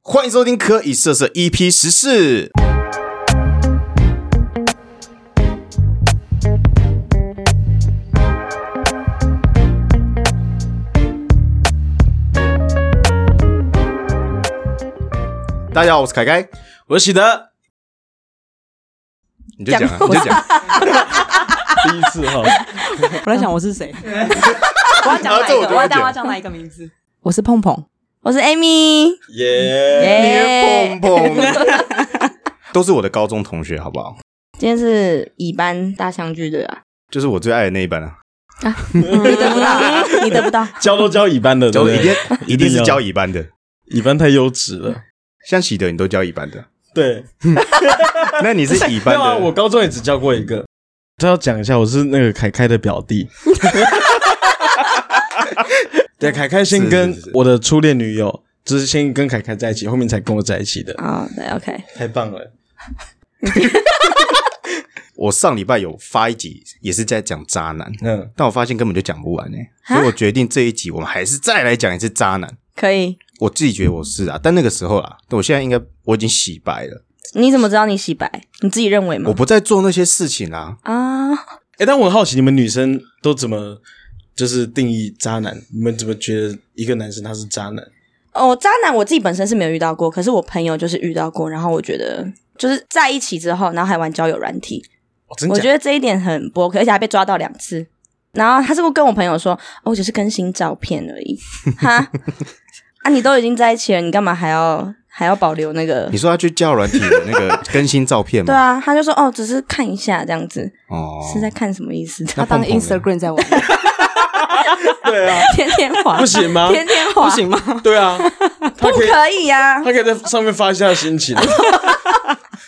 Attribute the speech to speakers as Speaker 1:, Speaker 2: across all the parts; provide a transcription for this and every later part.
Speaker 1: 欢迎收听《可以色色 EP 十四》。大家好，我是凯凯，
Speaker 2: 我是喜德，
Speaker 1: 你就讲啊，
Speaker 3: 讲
Speaker 1: 你就讲。
Speaker 2: 第一次哈，
Speaker 3: 我在想 我是谁，我要讲哪
Speaker 1: 啊这
Speaker 3: 一
Speaker 1: 我
Speaker 3: 个？
Speaker 1: 就
Speaker 3: 我
Speaker 1: 会
Speaker 3: 要讲
Speaker 1: 剪
Speaker 3: 我要讲哪一个名字？我是碰碰，我是 Amy，
Speaker 2: 耶！
Speaker 1: 你的碰碰都是我的高中同学，好不好？
Speaker 4: 今天是乙班大相聚啊对吧？
Speaker 1: 就是我最爱的那一班啊，
Speaker 3: 你得不到，嗯 你得不到。
Speaker 2: 教都教乙班的，对
Speaker 1: 就
Speaker 2: 不
Speaker 1: 一
Speaker 2: 对
Speaker 1: 定？一定是
Speaker 2: 要
Speaker 1: 教乙班的，
Speaker 2: 乙班太优质了。
Speaker 1: 像喜德你都教乙班 的，
Speaker 2: 对，
Speaker 1: 那你是乙
Speaker 2: 没
Speaker 1: 班
Speaker 2: 有啊，
Speaker 1: 的，
Speaker 2: 我高中也只教过一个。这要讲一下，我是那个凯凯的表 弟。对，凯凯先跟
Speaker 1: 是是是
Speaker 2: 我的初恋女友，就是先跟凯凯在一起，后面才跟我在一起的，
Speaker 4: 啊、对，OK，
Speaker 2: 太棒了。
Speaker 1: 我上礼拜有发一集，也是在讲渣男，
Speaker 2: 嗯，
Speaker 1: 但我发现根本就讲不完哎、所以我决定这一集我们还是再来讲一次渣男。
Speaker 4: 可以。
Speaker 1: 我自己觉得我是啊，但那个时候啦，我现在应该我已经洗白了，
Speaker 4: 你怎么知道你洗白？你自己认为吗
Speaker 1: 我？不再做那些事情啦、
Speaker 4: 啊，
Speaker 2: 哎，但我很好奇，你们女生都怎么就是定义渣男？你们怎么觉得一个男生他是渣男？
Speaker 4: 哦，渣男我自己本身是没有遇到过，可是我朋友就是遇到过，然后我觉得就是在一起之后，然后还玩交友软体，
Speaker 2: 哦真
Speaker 4: 我
Speaker 2: 假
Speaker 4: 觉？得这一点很不 OK，而且还被抓到两次。然后他是跟我朋友说，哦，我只是更新照片而已，哈，啊，你都已经在一起了，你干嘛还要还要保留那个
Speaker 1: 你？说他去教软体的那个更新照片吗？
Speaker 4: 对啊，他就说哦，只是看一下这样子，
Speaker 1: 哦，
Speaker 4: 是在看什么意思？
Speaker 1: 那
Speaker 3: 他
Speaker 1: 碰碰
Speaker 3: 当
Speaker 1: 呢
Speaker 3: Instagram 在玩，
Speaker 2: 对 啊，
Speaker 4: 天天滑，
Speaker 2: 不行吗？
Speaker 4: 天天滑
Speaker 3: 不行吗？
Speaker 2: 对啊，他
Speaker 4: 不
Speaker 2: 可以
Speaker 4: 可以啊呀、
Speaker 2: 他可以在上面发一下 心情。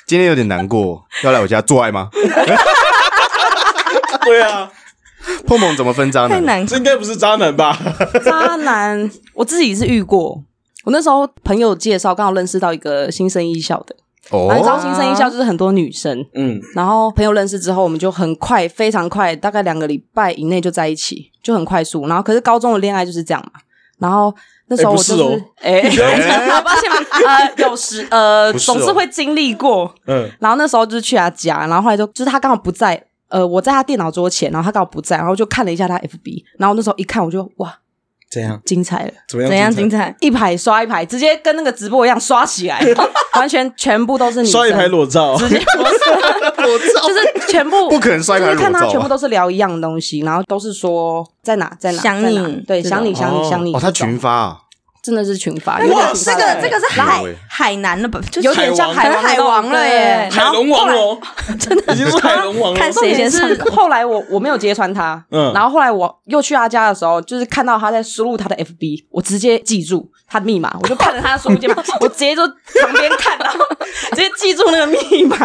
Speaker 1: 今天有点难过，要来我家做爱吗？
Speaker 2: 对啊，
Speaker 1: 碰碰怎么分渣
Speaker 4: 太
Speaker 1: 男？
Speaker 4: 难
Speaker 2: 这应该不是渣男吧？
Speaker 3: 渣男，我自己是遇过。我那时候朋友介绍，刚好认识到一个新生艺校的，然后你知道
Speaker 1: 哦，
Speaker 3: 新生艺校就是很多女生，
Speaker 2: 嗯，
Speaker 3: 然后朋友认识之后，我们就很快，非常快，大概两个礼拜以内就在一起，就很快速。然后可是高中的恋爱就是这样嘛。然后那时候我就
Speaker 2: 哎不是哦
Speaker 3: 哎，啊抱歉嘛，呃，有时呃，
Speaker 1: 不是哦
Speaker 3: 总是会经历过。
Speaker 2: 嗯，
Speaker 3: 然后那时候就是去他家，然后后来就就是他刚好不在，呃，我在他电脑桌前，然后他刚好不在，然后就看了一下他 FB，然后那时候一看我就哇，
Speaker 2: 怎样？
Speaker 3: 精彩了，
Speaker 2: 怎么样？
Speaker 4: 怎样精
Speaker 2: 精
Speaker 4: 彩？
Speaker 3: 一排刷一排，直接跟那个直播一样刷 起来，完全全部都是女
Speaker 2: 彩？
Speaker 3: 生，
Speaker 2: 刷一排裸照，
Speaker 3: 直接不是。
Speaker 1: 我知道
Speaker 3: 就是 全部
Speaker 1: 不可能摔
Speaker 3: 就
Speaker 1: 盘
Speaker 3: 是
Speaker 1: 裸
Speaker 3: 看
Speaker 1: 照
Speaker 3: 他
Speaker 1: 吧
Speaker 3: 全部都是聊一样的东西，然后都是说在哪在哪
Speaker 4: 想
Speaker 3: 在哪
Speaker 4: 你
Speaker 3: 对，
Speaker 4: 这种
Speaker 3: 想你想
Speaker 2: 哦
Speaker 3: 你想你
Speaker 1: 哦，他
Speaker 3: 这种
Speaker 1: 群发啊，
Speaker 3: 真的是群发，有
Speaker 4: 哇
Speaker 3: 点，群
Speaker 4: 这
Speaker 3: 发
Speaker 4: 个
Speaker 3: 的
Speaker 4: 这个是
Speaker 1: 海
Speaker 4: 海海南的吧？就是
Speaker 3: 有点像
Speaker 4: 海
Speaker 3: 海王那
Speaker 4: 海
Speaker 3: 种
Speaker 4: 王了耶
Speaker 3: 对，
Speaker 2: 海龙王哦，真的已经是海龙王了。
Speaker 4: 看
Speaker 3: 重
Speaker 4: 谁
Speaker 3: 点
Speaker 4: 先上
Speaker 3: 是后来我我没有揭穿他，
Speaker 2: 嗯
Speaker 3: 然后后来我又去他家的时候，就是看到他在输入他的 FB，我直接记住他的密码，我就看着他的输入键盘， 我直接就旁边看， 然后直接记住那个密码，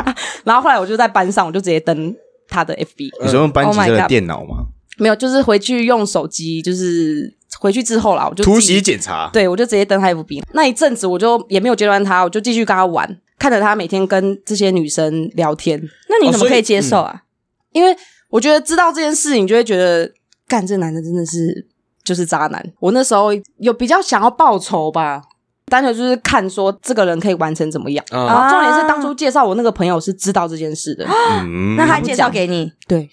Speaker 3: 然后后来我就在班上，我就直接登他的 FB，
Speaker 1: 你说用班级
Speaker 4: Oh my
Speaker 1: 的
Speaker 4: God
Speaker 1: 电脑吗？
Speaker 3: 没有，就是回去用手机，就是回去之后啦，我就
Speaker 1: 突
Speaker 3: 自己
Speaker 1: 袭检查，
Speaker 3: 对，我就直接登他 FB。那一阵子我就也没有揭穿他，我就继续跟他玩，看着他每天跟这些女生聊天，
Speaker 4: 那你
Speaker 2: 哦嗯
Speaker 4: 怎
Speaker 2: 所
Speaker 4: 么
Speaker 2: 以
Speaker 4: 可以接受啊？
Speaker 3: 因为我觉得知道这件事情，就会觉得干这男的真的是就是渣男。我那时候有比较想要报仇吧。单纯就是看说这个人可以玩成怎么样，
Speaker 2: 啊
Speaker 3: 然后重点是当初介绍我那个朋友是知道这件 事的，
Speaker 1: 嗯
Speaker 4: 那他介绍给你
Speaker 3: 对，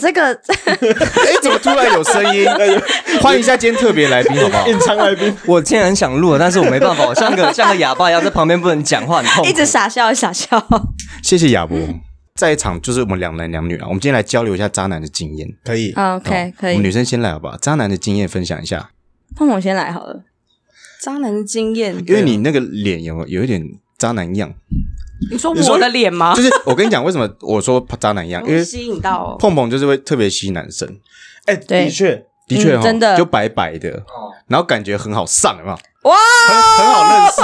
Speaker 4: 这个，
Speaker 1: 哎，怎么突然有声 音？欢迎一下今天特别来宾好不好？
Speaker 2: 隐藏来宾，
Speaker 5: 我竟然很想录了，但是我没办法，我像个像个哑巴一样在旁边不能讲话，很痛苦。
Speaker 4: 一直傻笑傻笑。
Speaker 1: 谢谢亚伯，在场就是我们两男两女啊，我们今天来交流一下渣男的经验。
Speaker 2: 可以
Speaker 4: 啊 OK，可
Speaker 1: 我哦们女
Speaker 4: 以。
Speaker 1: 生先来好不好？渣男的经验分享一下，
Speaker 4: 碰碰先来好了。
Speaker 3: 渣男的经
Speaker 4: 嗯
Speaker 3: 验。
Speaker 1: 因为你那个脸有有一点渣男样，
Speaker 3: 你说
Speaker 2: 你说
Speaker 3: 我的脸
Speaker 4: 啊
Speaker 3: 吗
Speaker 1: 就？是我跟你讲为什么我说渣男 样，因为
Speaker 3: 容易吸引到哦
Speaker 1: 碰碰就是会特别吸引男生，
Speaker 2: 哎，
Speaker 4: 对
Speaker 2: 的确，
Speaker 1: 的确哦
Speaker 4: 嗯真的
Speaker 1: 就白白的，然后感觉很好上，有没有？
Speaker 4: 哇，
Speaker 1: 很很好认识，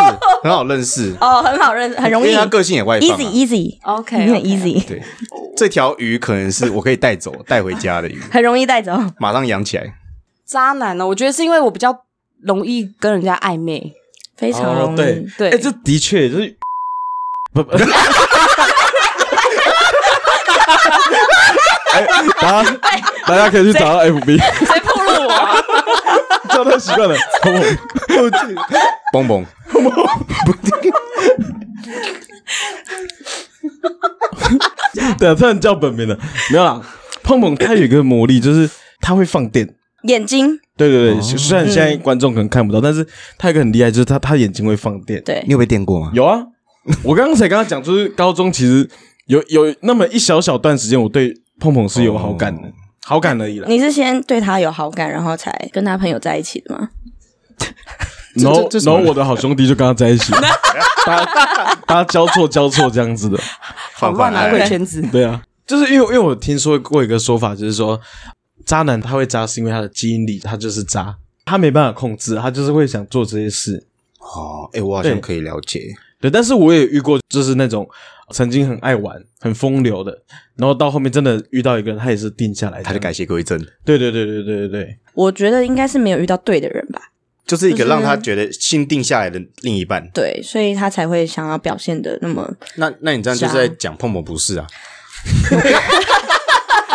Speaker 1: 很好认识，
Speaker 4: 哦，很好认，啊很容
Speaker 1: 因
Speaker 4: 易
Speaker 1: 为他个性也外放啊。
Speaker 4: ，easy easy，
Speaker 3: OK，
Speaker 4: 你很 easy，
Speaker 1: 对，这条鱼可能是我可以带走带回家 的鱼，
Speaker 4: 很容易带走。
Speaker 1: 马上养起来。
Speaker 3: 渣男呢？我觉得是因为我比较容易跟人家暧昧，
Speaker 4: 非常容
Speaker 2: 哦
Speaker 4: 易，
Speaker 2: 对
Speaker 3: 对
Speaker 2: 哎，这的确就是不 不，
Speaker 5: 大家大家可以去找到
Speaker 2: 哎
Speaker 5: FB，
Speaker 3: 谁暴露我啊？
Speaker 2: 这样太习惯了。
Speaker 1: 蹦蹦，
Speaker 2: 么？对啊，突然叫本名了，没有啦。胖胖他有一个魔力，就是他会放电。
Speaker 4: 眼睛，
Speaker 2: 对对对，虽然现在观众可能看不到，但是他有一个很厉害，就是他他眼睛会放电。
Speaker 4: 对
Speaker 1: 你，有被电过吗？
Speaker 2: 有啊，我刚才刚刚讲，就是高中其实有有那么一小小段时间，我对碰碰是有好感的，好感而已啦。
Speaker 4: 你是先对他有好感，然后才跟他朋友在一起的吗？
Speaker 2: 然后
Speaker 1: 这这什
Speaker 2: 然
Speaker 1: 么
Speaker 2: 后我的好兄弟就跟他在 一起，大家大家交错交错这样子的，
Speaker 1: 好
Speaker 3: 乱啊，鬼
Speaker 1: 哎
Speaker 3: 圈 子。
Speaker 2: 对啊，就是因为因为我听说过一个说法，就是说渣男他会渣是因为他的基因里他就是渣，他没办法控制，他就是会想做这些事。
Speaker 1: 哦，哎，我好像
Speaker 2: 对
Speaker 1: 可以了解。
Speaker 2: 对，但是我也遇过，就是那种曾经很爱玩、很风流的，然后到后面真的遇到一个人，他也是定下来，
Speaker 1: 他就改。邪归正，
Speaker 2: 对对对对对对对，
Speaker 4: 我觉得应该是没有遇到对的人吧，
Speaker 1: 就是一个
Speaker 4: 就是
Speaker 1: 让他觉得心定下来的另一半。
Speaker 4: 对，所以他才会想要表现的那么。
Speaker 1: 那那你这样就是在讲碰碰不是啊？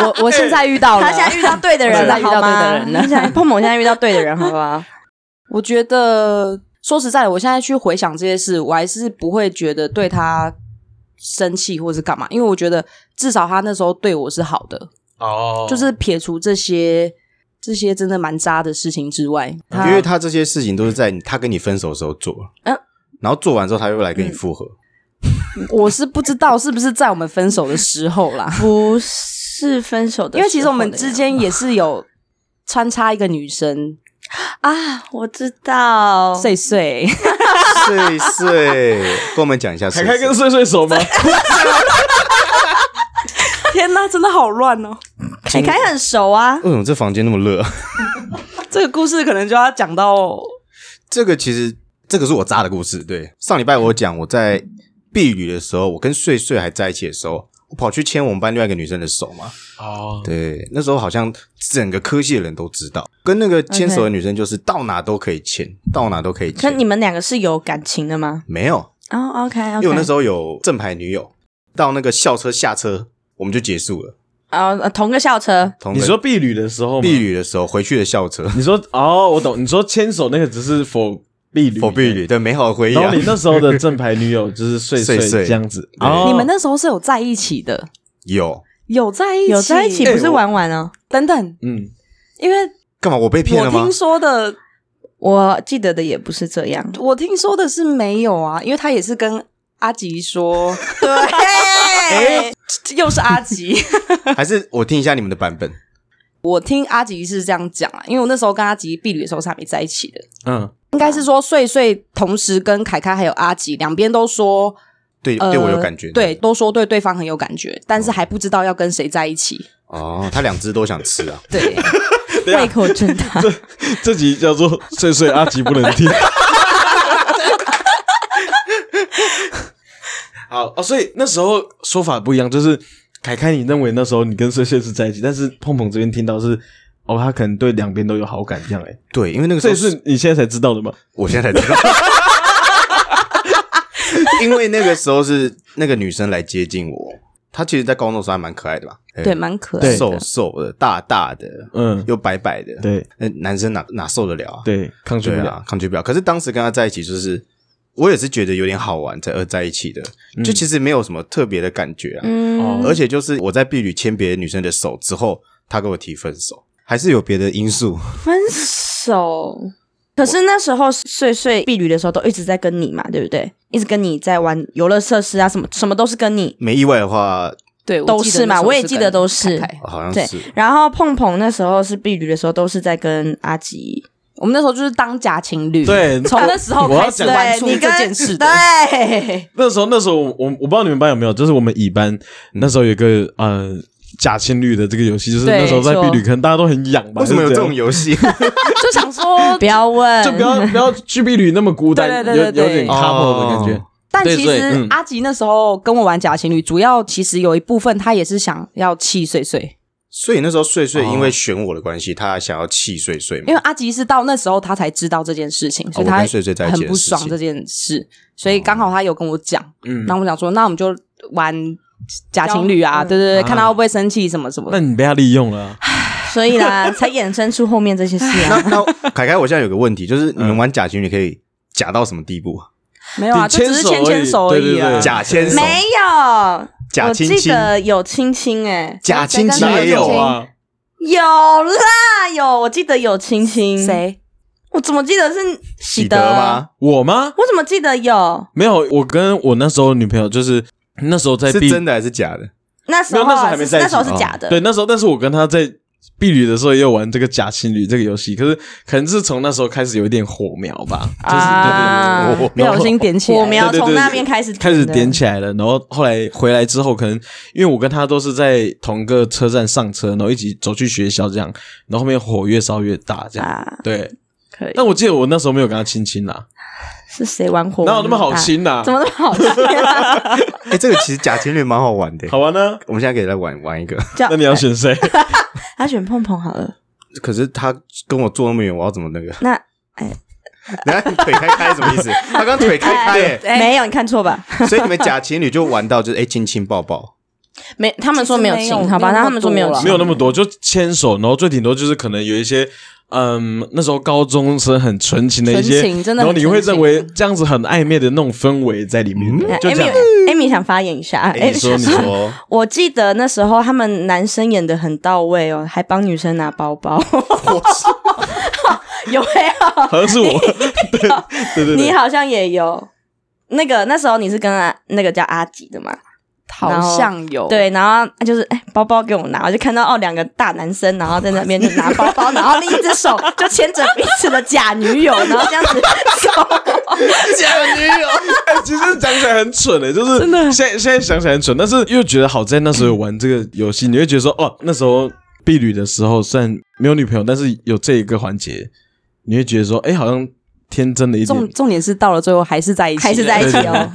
Speaker 3: 我我现在遇到了，啊
Speaker 4: 他现在遇到对的人了，
Speaker 3: 现在遇
Speaker 4: 好
Speaker 3: 到哦对
Speaker 4: 吗？
Speaker 3: 的人了
Speaker 4: 你现在碰碰现在遇到对的人，好 不好？
Speaker 3: 我觉得说实在的，我现在去回想这些事，我还是不会觉得对他生气或是干嘛，因为我觉得至少他那时候对我是好的，
Speaker 2: 哦
Speaker 3: 就是撇除这些这些真的蛮渣的事情之外，他
Speaker 1: 啊因为他这些事情都是在你他跟你分手的时候做，
Speaker 4: 嗯
Speaker 1: 然后做完之后他又来跟你复合，
Speaker 3: 我是不知道是不是在我们分手的时候 啦，
Speaker 4: 不是分手的时候的样子，
Speaker 3: 因为其实我们之间也是有穿插一个女生，
Speaker 4: 啊，我知道，
Speaker 3: 碎碎。
Speaker 1: 碎碎，嗯跟我们讲一下碎
Speaker 2: 凯
Speaker 1: 碎。
Speaker 2: 凯跟碎碎熟吗？
Speaker 3: 天哪，真的好乱哦！
Speaker 4: 凯凯很熟啊，
Speaker 1: 为什么这房间那么热？啊
Speaker 3: 这个故事可能就要讲到
Speaker 1: 这个其实这个是我渣的故事。对，上礼拜我有讲我在避雨的时候，我跟碎碎还在一起的时候，我跑去牵我们班另外一个女生的手嘛。
Speaker 2: 哦，
Speaker 1: 对，那时候好像整个科系的人都知道，跟那个牵手的女生就是到哪都可以牵，到哪都可以
Speaker 4: 可
Speaker 1: 牵。
Speaker 4: 你们两个是有感情的吗？
Speaker 1: 没有，
Speaker 4: 哦，OK，
Speaker 1: 因为我那时候有正牌女友，到那个校车下车我们就结束了。
Speaker 4: 啊，呃同个校车，
Speaker 1: 同
Speaker 2: 你说避旅的时候吗，
Speaker 1: 避旅的时候回去的校车，
Speaker 2: 你说哦，我懂，你说牵手那个只是否避旅，
Speaker 1: 否避旅，对美好的回忆
Speaker 2: 然
Speaker 1: 啊
Speaker 2: 后。你那时候的正牌女友就是碎
Speaker 1: 碎碎
Speaker 2: 这样子，
Speaker 1: 对
Speaker 2: 哦
Speaker 3: 你们那时候是有在一起的，
Speaker 1: 有
Speaker 3: 有在一起，
Speaker 4: 有在一起不是
Speaker 2: 我
Speaker 4: 玩玩哦。
Speaker 3: 等等，
Speaker 2: 嗯，
Speaker 3: 因为
Speaker 1: 干嘛？我被骗
Speaker 3: 我
Speaker 1: 了吗
Speaker 3: 听？说的，
Speaker 4: 我记得的也不是这样，
Speaker 3: 我听说的是没有啊，因为他也是跟阿吉 说，哎
Speaker 4: 对，
Speaker 3: 又是阿吉。
Speaker 1: 还是我听一下你们的版本？
Speaker 3: 我听阿吉是这样讲啊，因为我那时候跟阿吉避旅的时候是还没在一起的，
Speaker 2: 嗯，
Speaker 3: 应该是说碎碎同时跟凯凯还有阿吉两边都说，
Speaker 1: 对，
Speaker 3: 呃，
Speaker 1: 对我有感觉。
Speaker 3: 对，都说对对方很有感觉，但是还不知道要跟谁在一起。
Speaker 1: 哦，他两只都想吃啊。
Speaker 3: 对，
Speaker 2: 啊
Speaker 4: 胃口真大。
Speaker 2: 这集叫做碎碎阿吉不能听。 好哦，所以那时候说法不一样，就是凯凯，你认为那时候你跟碎碎是在一起，但是碰碰这边听到是哦，他可能对两边都有好感这样哎、
Speaker 1: 对，因为那个时
Speaker 2: 这
Speaker 1: 候
Speaker 2: 也是你现在才知道的吗？
Speaker 1: 我现在才知道， 因为那个时候是那个女生来接近我，她其实，在高中的时候还蛮可爱的吧？
Speaker 3: 对，
Speaker 1: 哎
Speaker 3: 蛮可爱
Speaker 1: 瘦
Speaker 3: 的。
Speaker 1: 瘦的，大大的，
Speaker 2: 嗯，
Speaker 1: 又白白的。
Speaker 2: 对
Speaker 1: 那男生哪哪受得了啊？
Speaker 2: 对，抗拒不
Speaker 1: 对
Speaker 2: 了。
Speaker 1: 啊，抗拒不了。可是当时跟他在一起，就是我也是觉得有点好玩，在而在一起的，就其实没有什么特别的感觉啊。
Speaker 3: 哦
Speaker 4: 嗯，
Speaker 1: 而且就是我在婢女牵别的女生的手之后，他跟我提分手，还是有别的因素。
Speaker 4: 分手。可是那时候碎碎避旅的时候，都一直在跟你嘛，对不对？一直跟你在玩游乐设施啊，什么什么都是跟你，
Speaker 1: 没意外的话，
Speaker 3: 对，我
Speaker 4: 都
Speaker 3: 记得
Speaker 4: 是嘛
Speaker 3: 那时候
Speaker 4: 我也记得
Speaker 3: 跟
Speaker 4: 都是
Speaker 3: 凯凯
Speaker 1: 好像
Speaker 4: 对
Speaker 1: 是。
Speaker 4: 然后碰碰那时候是避旅的时候，都是在跟阿吉。
Speaker 3: 我们那时候就是当假情侣，
Speaker 2: 对
Speaker 3: 从那时候
Speaker 2: 我要
Speaker 3: 开始
Speaker 2: 讲
Speaker 3: 玩
Speaker 4: 对，
Speaker 3: 出
Speaker 4: 你
Speaker 3: 这
Speaker 4: 跟
Speaker 3: 件事的。
Speaker 4: 对，
Speaker 2: 那时候，那时候我我不知道你们班有没有，就是我们乙班那时候有一个呃假情侣的这个游戏，就是
Speaker 3: 对
Speaker 2: 那时候在避
Speaker 3: 没
Speaker 2: 旅，
Speaker 3: 错
Speaker 2: 可能大家都很痒吧？
Speaker 1: 为什么有
Speaker 2: 就
Speaker 1: 这
Speaker 2: 样
Speaker 1: 种游戏？
Speaker 3: 就想说
Speaker 4: 不，要问，
Speaker 2: 就不要不要去避旅那么孤单，
Speaker 3: 对对对对
Speaker 2: 有有点
Speaker 1: 对
Speaker 2: couple 的感觉。
Speaker 1: 哦
Speaker 3: 但其
Speaker 5: 对
Speaker 3: 实
Speaker 2: 嗯
Speaker 3: 阿吉那时候跟我玩假情侣，主要其实有一部分他也是想要气碎碎，
Speaker 1: 所以那时候碎碎因为选我的关系，他想要气碎碎嘛
Speaker 3: 因为。阿吉是到那时候他才知道这件事情，所以
Speaker 1: 我
Speaker 3: 他
Speaker 1: 跟碎碎在一起的
Speaker 3: 很不爽
Speaker 1: 事情
Speaker 3: 这件事，所以刚好他有跟我讲，
Speaker 2: 嗯
Speaker 3: 然后我想说，那我们就玩假情侣啊，
Speaker 4: 交
Speaker 3: 对对对，
Speaker 2: 啊
Speaker 3: 看他会不会生气什么什么
Speaker 2: 那
Speaker 3: 的。
Speaker 2: 你被他利用了啊、
Speaker 4: 所以啦，才衍生出后面这些事
Speaker 1: 那
Speaker 4: 啊。
Speaker 1: 嗯那凯凯，我现在有个问题，就是你们玩假情侣可以假到什么地步？
Speaker 3: 没有啊，
Speaker 2: 比
Speaker 3: 就只是
Speaker 2: 牵手
Speaker 3: 牵牵手而
Speaker 2: 而已对
Speaker 3: 已
Speaker 2: 对对
Speaker 3: 啊。
Speaker 1: 假牵手，
Speaker 4: 没有，
Speaker 1: 假
Speaker 4: 我
Speaker 1: 亲
Speaker 4: 记
Speaker 1: 亲
Speaker 4: 得有亲亲哎，
Speaker 1: 假亲亲
Speaker 2: 哪
Speaker 1: 也有啊，
Speaker 2: 啊，
Speaker 4: 有啦有，我记得有亲亲。？
Speaker 3: 谁？
Speaker 4: 我怎么记得是喜
Speaker 1: 喜德吗？？
Speaker 2: 我吗？
Speaker 4: 我怎么记得有？
Speaker 2: 没有，我跟我那时候女朋友就是那时候在
Speaker 1: 是
Speaker 2: 避
Speaker 1: 真的还是假的？
Speaker 4: 那时候啊
Speaker 2: 没有那时候还没在一起哦
Speaker 4: 那时候是假的。
Speaker 2: 对，那时候，但是我跟她在避旅的时候也有玩这个假情侣这个游戏，可是可能是从那时候开始有一点火苗吧，
Speaker 4: 啊
Speaker 2: 就是对对对对
Speaker 1: 没
Speaker 3: 不
Speaker 1: 有
Speaker 3: 小心点起来
Speaker 4: 火苗
Speaker 2: 对对对
Speaker 4: 从那边开始
Speaker 2: 开始
Speaker 4: 的
Speaker 2: 点起来了。然后后来回来之后，可能因为我跟她都是在同个车站上车，然后一起走去学校这样，然后后面火越烧越大这样。
Speaker 4: 啊，
Speaker 2: 对，
Speaker 4: 可以。
Speaker 2: 但我记得我那时候没有跟她亲亲啦，
Speaker 4: 是谁玩火？
Speaker 2: 哪有那么好？亲啦？
Speaker 4: 怎么那么好亲啊？
Speaker 1: 哎，这个其实假情侣蛮好玩的。
Speaker 2: 好玩呢？
Speaker 1: 我们现在可以来玩玩一个。
Speaker 4: 叫
Speaker 2: 那你要选 谁？
Speaker 4: 他选碰碰好了。
Speaker 1: 可是他跟我坐那么远，我要怎么那个？
Speaker 4: 那
Speaker 1: 等下你腿开开什么意思？他刚腿开开 耶，
Speaker 4: 哎没有，你看错吧？
Speaker 1: 所以你们假情侣就玩到就是哎亲亲抱抱，
Speaker 4: 没，他们说没有
Speaker 3: 其实没
Speaker 4: 亲，
Speaker 3: 有啊
Speaker 4: 好吧？
Speaker 3: 没有那么
Speaker 4: 他们说没有
Speaker 3: 多啦
Speaker 4: 亲，
Speaker 2: 没有那么多，就牵手，然后最顶多就是可能有一些，嗯，那时候高中生很纯情的一些，
Speaker 3: 纯情真的
Speaker 2: 然
Speaker 3: 很
Speaker 2: 后你会
Speaker 3: 纯情嗯
Speaker 2: 认为这样子很暧昧的那种氛围在里面，
Speaker 4: 哎
Speaker 2: 就这样。
Speaker 4: Amy Amy 想发言一下。
Speaker 1: 哎
Speaker 4: 哎
Speaker 1: 你，说你说，
Speaker 4: 我记得那时候他们男生演的很到位哦，还帮女生拿包包， 有没
Speaker 2: 好像 是我， 对对对
Speaker 4: 有？你
Speaker 2: 对，
Speaker 4: 好像也有。那个那时候你是跟阿那个叫阿吉的嘛？
Speaker 3: 好像
Speaker 1: 哦
Speaker 3: 有，
Speaker 4: 对，然后他就是哎、包包给我拿，我就看到哦，两个大男生，然后在那边就拿包包，然后另一只手就牵着彼此的假女友，然后这样子走。
Speaker 2: 哎其实讲起来很蠢的，就是真的，现在现在想起来很蠢，但是又觉得好在那时候有玩这个游戏，你会觉得说，哦，那时候避旅的时候虽然没有女朋友，但是有这一个环节，你会觉得说，哎，好像天真了一点
Speaker 3: 重，重点是到了最后还是在一起，
Speaker 4: 还是在一起
Speaker 2: 对对
Speaker 4: 哦。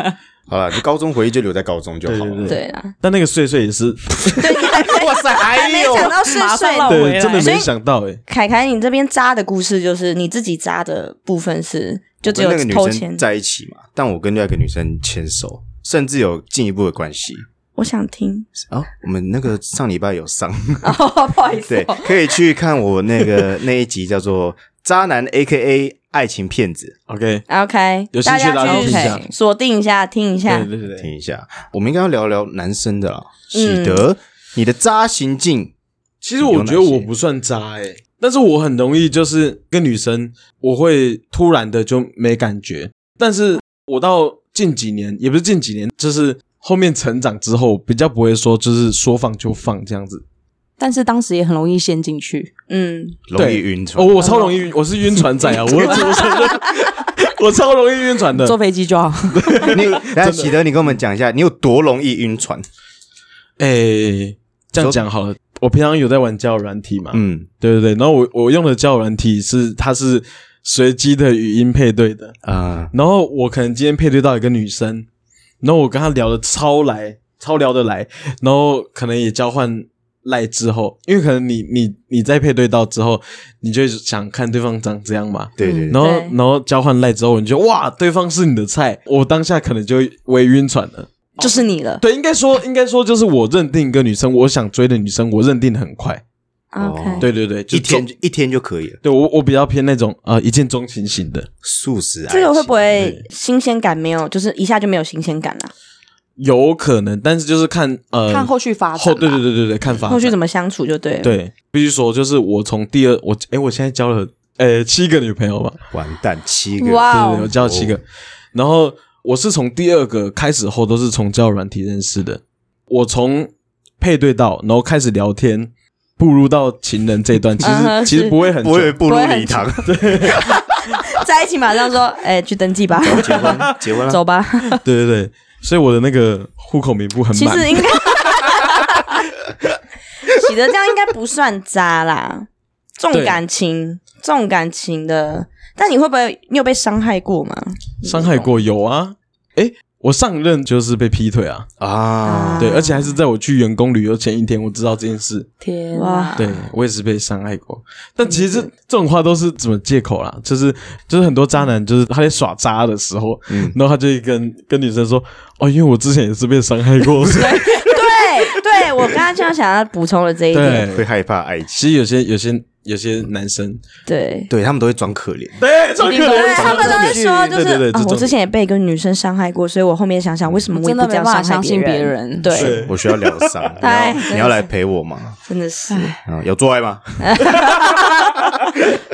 Speaker 1: 好了，你高中回忆就留在高中就好
Speaker 2: 对对
Speaker 1: 了。
Speaker 4: 对啊，
Speaker 2: 但那个岁岁也是，
Speaker 4: 对，你还没
Speaker 1: 哇塞，
Speaker 4: 还
Speaker 1: 哎
Speaker 4: 没
Speaker 1: 呦，
Speaker 4: 讲到是
Speaker 3: 马上
Speaker 4: 睡
Speaker 3: 绕回
Speaker 2: 对，
Speaker 3: 来
Speaker 2: 真的
Speaker 4: 所以
Speaker 2: 没想到哎。
Speaker 4: 凯凯，你这边渣的故事就是你自己渣的部分是，就只有
Speaker 1: 我跟那个
Speaker 4: 偷
Speaker 1: 女
Speaker 4: 钱
Speaker 1: 生。在一起嘛，但我跟另外一个女生牵手，甚至有进一步的关 系。
Speaker 4: 我想听，
Speaker 1: 啊、我们那个上礼拜有上，
Speaker 4: 哦，不好意思
Speaker 1: 对
Speaker 4: 哦，，
Speaker 1: 可以去看我那 个那一集叫做《渣男 A K A 爱情骗子
Speaker 2: OK，
Speaker 4: OK，
Speaker 2: 有兴
Speaker 4: 大
Speaker 2: 趣大
Speaker 4: 家
Speaker 2: 家
Speaker 4: 去
Speaker 2: 听一下
Speaker 4: 锁定一下，听一下
Speaker 2: 对。对对》，对，
Speaker 1: 听一下。我们应该要聊聊男生的啦，喜
Speaker 4: 嗯
Speaker 1: 德，你的渣行径
Speaker 2: 其实我觉得我不算渣哎、但是我很容易就是跟女生，我会突然的就没感觉。但是我到近几年，也不是近几年，就是后面成长之后，比较不会说就是说放就放这样子。
Speaker 3: 但是当时也很容易陷进去，
Speaker 4: 嗯，
Speaker 1: 容易
Speaker 2: 对
Speaker 1: 晕船
Speaker 2: 哦，，我超容易，我是晕船仔啊，我 我我我超容易晕船的
Speaker 3: 坐。飞机就好。
Speaker 1: 你来喜德，你跟我们讲一下，你有多容易晕船？
Speaker 2: 哎、这样讲好了，我平常有在玩交友软体嘛，
Speaker 1: 嗯
Speaker 2: 对对对，然后我我用的交友软体是它是随机的语音配对的，
Speaker 1: 啊、
Speaker 2: 然后我可能今天配对到一个女生，然后我跟她聊的超来，超聊得来，然后可能也交换赖之后，因为可能你你你在配对到之后，你就想看对方长这样嘛。
Speaker 1: 对对嗯对，
Speaker 2: 嗯然后，
Speaker 4: 对
Speaker 2: 然后交换赖之后，你就哇，对方是你的菜，我当下可能就微晕船了。
Speaker 4: 就是你了。
Speaker 2: 对，应该说，应该说，就是我认定一个女生，我想追的女生，我认定的很快。
Speaker 4: OK，
Speaker 2: 哦对对对，就
Speaker 1: 一天
Speaker 2: 中，
Speaker 1: 一天就可以了，
Speaker 2: 对我我比较偏那种啊、呃一见钟情型的。
Speaker 1: 素食爱情
Speaker 4: 这个会不会新鲜感没有？就是一下就没有新鲜感啊了。
Speaker 2: 有可能，但是就是看呃
Speaker 3: 看后续发展
Speaker 2: 后对
Speaker 3: 吧
Speaker 2: 对对对对，看发展
Speaker 4: 后续怎
Speaker 2: 么
Speaker 4: 么相处就对了。
Speaker 2: 啊对，必须说就是我从第二我诶，我现在交了呃七个女朋友嘛，
Speaker 1: 完蛋七个？
Speaker 4: 哇
Speaker 2: 对
Speaker 4: 哦
Speaker 2: 对对，我交了七个，然后我是从第二个开始后都是从交友软体认识的，我从配对到然后开始聊天。步入到情人这一段，其实、
Speaker 4: 嗯哼
Speaker 2: 其实
Speaker 4: 是
Speaker 2: 不会很久，
Speaker 1: 我以为步入
Speaker 4: 不会很
Speaker 1: 礼堂，
Speaker 4: 在一起马上说， 哎，去登记吧，
Speaker 1: 结婚结婚了，
Speaker 4: 走吧。
Speaker 2: 对对对，所以我的那个户口名簿很
Speaker 4: 其
Speaker 2: 满。
Speaker 4: 实应该， 喜得这样应该不算渣啦，重
Speaker 2: 对
Speaker 4: 感情，重感情的。但你会不会，你有被伤害过吗？
Speaker 2: 伤害过有啊，诶，我上任就是被劈腿啊，
Speaker 1: 啊，
Speaker 2: 对，而且还是在我去员工旅游前一天，我知道这件事。
Speaker 3: 天
Speaker 4: 哇
Speaker 3: 哇，
Speaker 2: 对我也是被伤害过，但其实这这种话都啊是怎么借口啦？就是就是很多渣男，就是他在耍渣的时候，
Speaker 1: 嗯
Speaker 2: 然后他就会跟跟女生说：“哦，因为我之前也是被伤害过。所以
Speaker 4: 对，对我刚刚就想要补充了这一点。
Speaker 2: 对
Speaker 1: 会害怕爱情。
Speaker 2: 其实有些有些有些男生，
Speaker 4: 对。
Speaker 1: 对他们都会装可怜，
Speaker 2: 对，超可
Speaker 3: 一定会
Speaker 4: 对，
Speaker 2: 怜，
Speaker 4: 他们都会说，就
Speaker 2: 对对对
Speaker 4: 是
Speaker 2: 这
Speaker 4: 啊，
Speaker 2: 种
Speaker 4: 我之前也被一个女生伤害过，所以我后面想想，为什么我也
Speaker 3: 真
Speaker 4: 不
Speaker 3: 的
Speaker 4: 这
Speaker 3: 没
Speaker 4: 样
Speaker 3: 办法
Speaker 4: 伤
Speaker 3: 相
Speaker 4: 害
Speaker 3: 信别
Speaker 4: 别人？
Speaker 3: 人。
Speaker 2: 对
Speaker 4: 对，
Speaker 1: 我需要疗伤。你
Speaker 4: 哎
Speaker 1: 要
Speaker 4: 真的
Speaker 1: 你要来
Speaker 4: 是
Speaker 1: 陪我吗？
Speaker 4: 真的是
Speaker 1: 嗯，有做爱吗？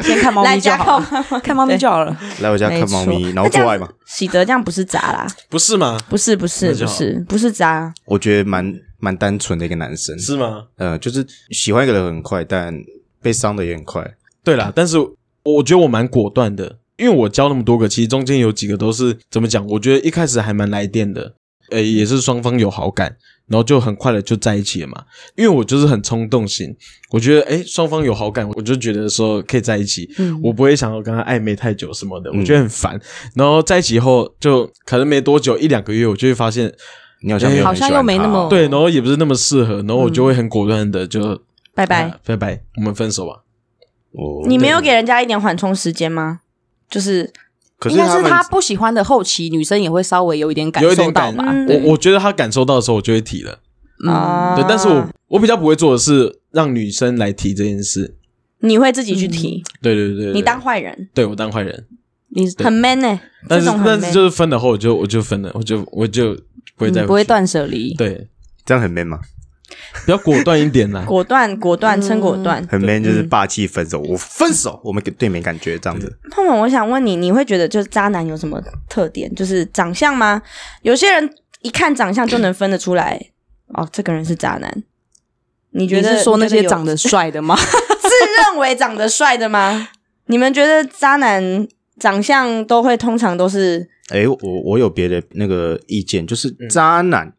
Speaker 3: 先看猫咪
Speaker 4: 来
Speaker 3: 就
Speaker 4: 家
Speaker 3: 好了，
Speaker 4: 控，
Speaker 3: 看猫咪就好了。
Speaker 1: 来我家
Speaker 4: 没
Speaker 1: 看猫咪，
Speaker 4: 错
Speaker 1: 然后做爱吗？？
Speaker 4: 那这样喜德这样不是渣啦，
Speaker 2: 不是吗？
Speaker 4: 不是不是
Speaker 2: 那就
Speaker 4: 不
Speaker 2: 好
Speaker 4: 是不是渣，
Speaker 1: 我觉得蛮蛮单纯的一个男生，
Speaker 2: 是吗？
Speaker 1: 呃，就是喜欢一个人很快，但被伤的也很快。
Speaker 2: 对啦，但是我我觉得我蛮果断的，因为我教那么多个，其实中间有几个都是怎么讲？我觉得一开始还蛮来电的，呃，也是双方有好感，然后就很快的就在一起了嘛。因为我就是很冲动型，我觉得诶双方有好感，我就觉得说可以在一起，
Speaker 3: 嗯
Speaker 2: 我不会想要跟他暧昧太久什么的，
Speaker 1: 嗯
Speaker 2: 我觉得很烦。然后在一起后，就可能没多久一两个月，我就会发现
Speaker 1: 你好像没有
Speaker 2: 哎
Speaker 1: 很喜欢
Speaker 3: 好像又没那
Speaker 1: 他
Speaker 4: 哦
Speaker 3: 么
Speaker 2: 对，然后也不是那么适合，然后我就会很果断的就
Speaker 4: 拜嗯拜
Speaker 2: 啊。拜拜，我们分手吧。
Speaker 1: 哦
Speaker 4: 你没有给人家一点缓冲时间吗？就是
Speaker 1: 可
Speaker 3: 应
Speaker 1: 是
Speaker 3: 该是
Speaker 1: 们
Speaker 3: 他不喜欢的后期，女生也会稍微有一点感
Speaker 2: 有一
Speaker 3: 受
Speaker 2: 点
Speaker 3: 到
Speaker 2: 感
Speaker 3: 嘛。
Speaker 4: 嗯
Speaker 2: 我我觉得他感受到的时候，我就会提了。
Speaker 3: 嗯
Speaker 4: 啊，
Speaker 2: 嗯对，但是我我比较不会做的是让女生来提这件事。
Speaker 4: 你会自己去提，
Speaker 2: 对对对嗯对对
Speaker 4: 你当坏人，
Speaker 2: 对我当坏人，
Speaker 3: 你
Speaker 4: 很 man 呢。
Speaker 2: 但是
Speaker 4: 这种很
Speaker 2: 但
Speaker 4: man
Speaker 2: 是就是分了后，我就我就分了，我就我就不会再
Speaker 4: 嗯
Speaker 3: 你嗯不会
Speaker 2: 回去
Speaker 3: 断舍离，
Speaker 2: 对，
Speaker 1: 这样很 man 吗？
Speaker 2: 比较果断一点啦。
Speaker 4: 果断果断称果断。
Speaker 1: 很 man
Speaker 4: 嗯
Speaker 1: 就是霸气分手，我分手，我们给对没感觉这样子。
Speaker 4: 胖胖，我想问你，你会觉得就是渣男有什么特点？就是长相吗？有些人一看长相就能分得出来，哦，这个人是渣男。你觉
Speaker 3: 你
Speaker 4: 得
Speaker 3: 是说那
Speaker 4: 你
Speaker 3: 些
Speaker 4: 觉有
Speaker 3: 长得帅的吗？
Speaker 4: 自认为长得帅的吗？你们觉得渣男长相都会通常都是
Speaker 1: 哎，我我有别的那个意见，就是渣男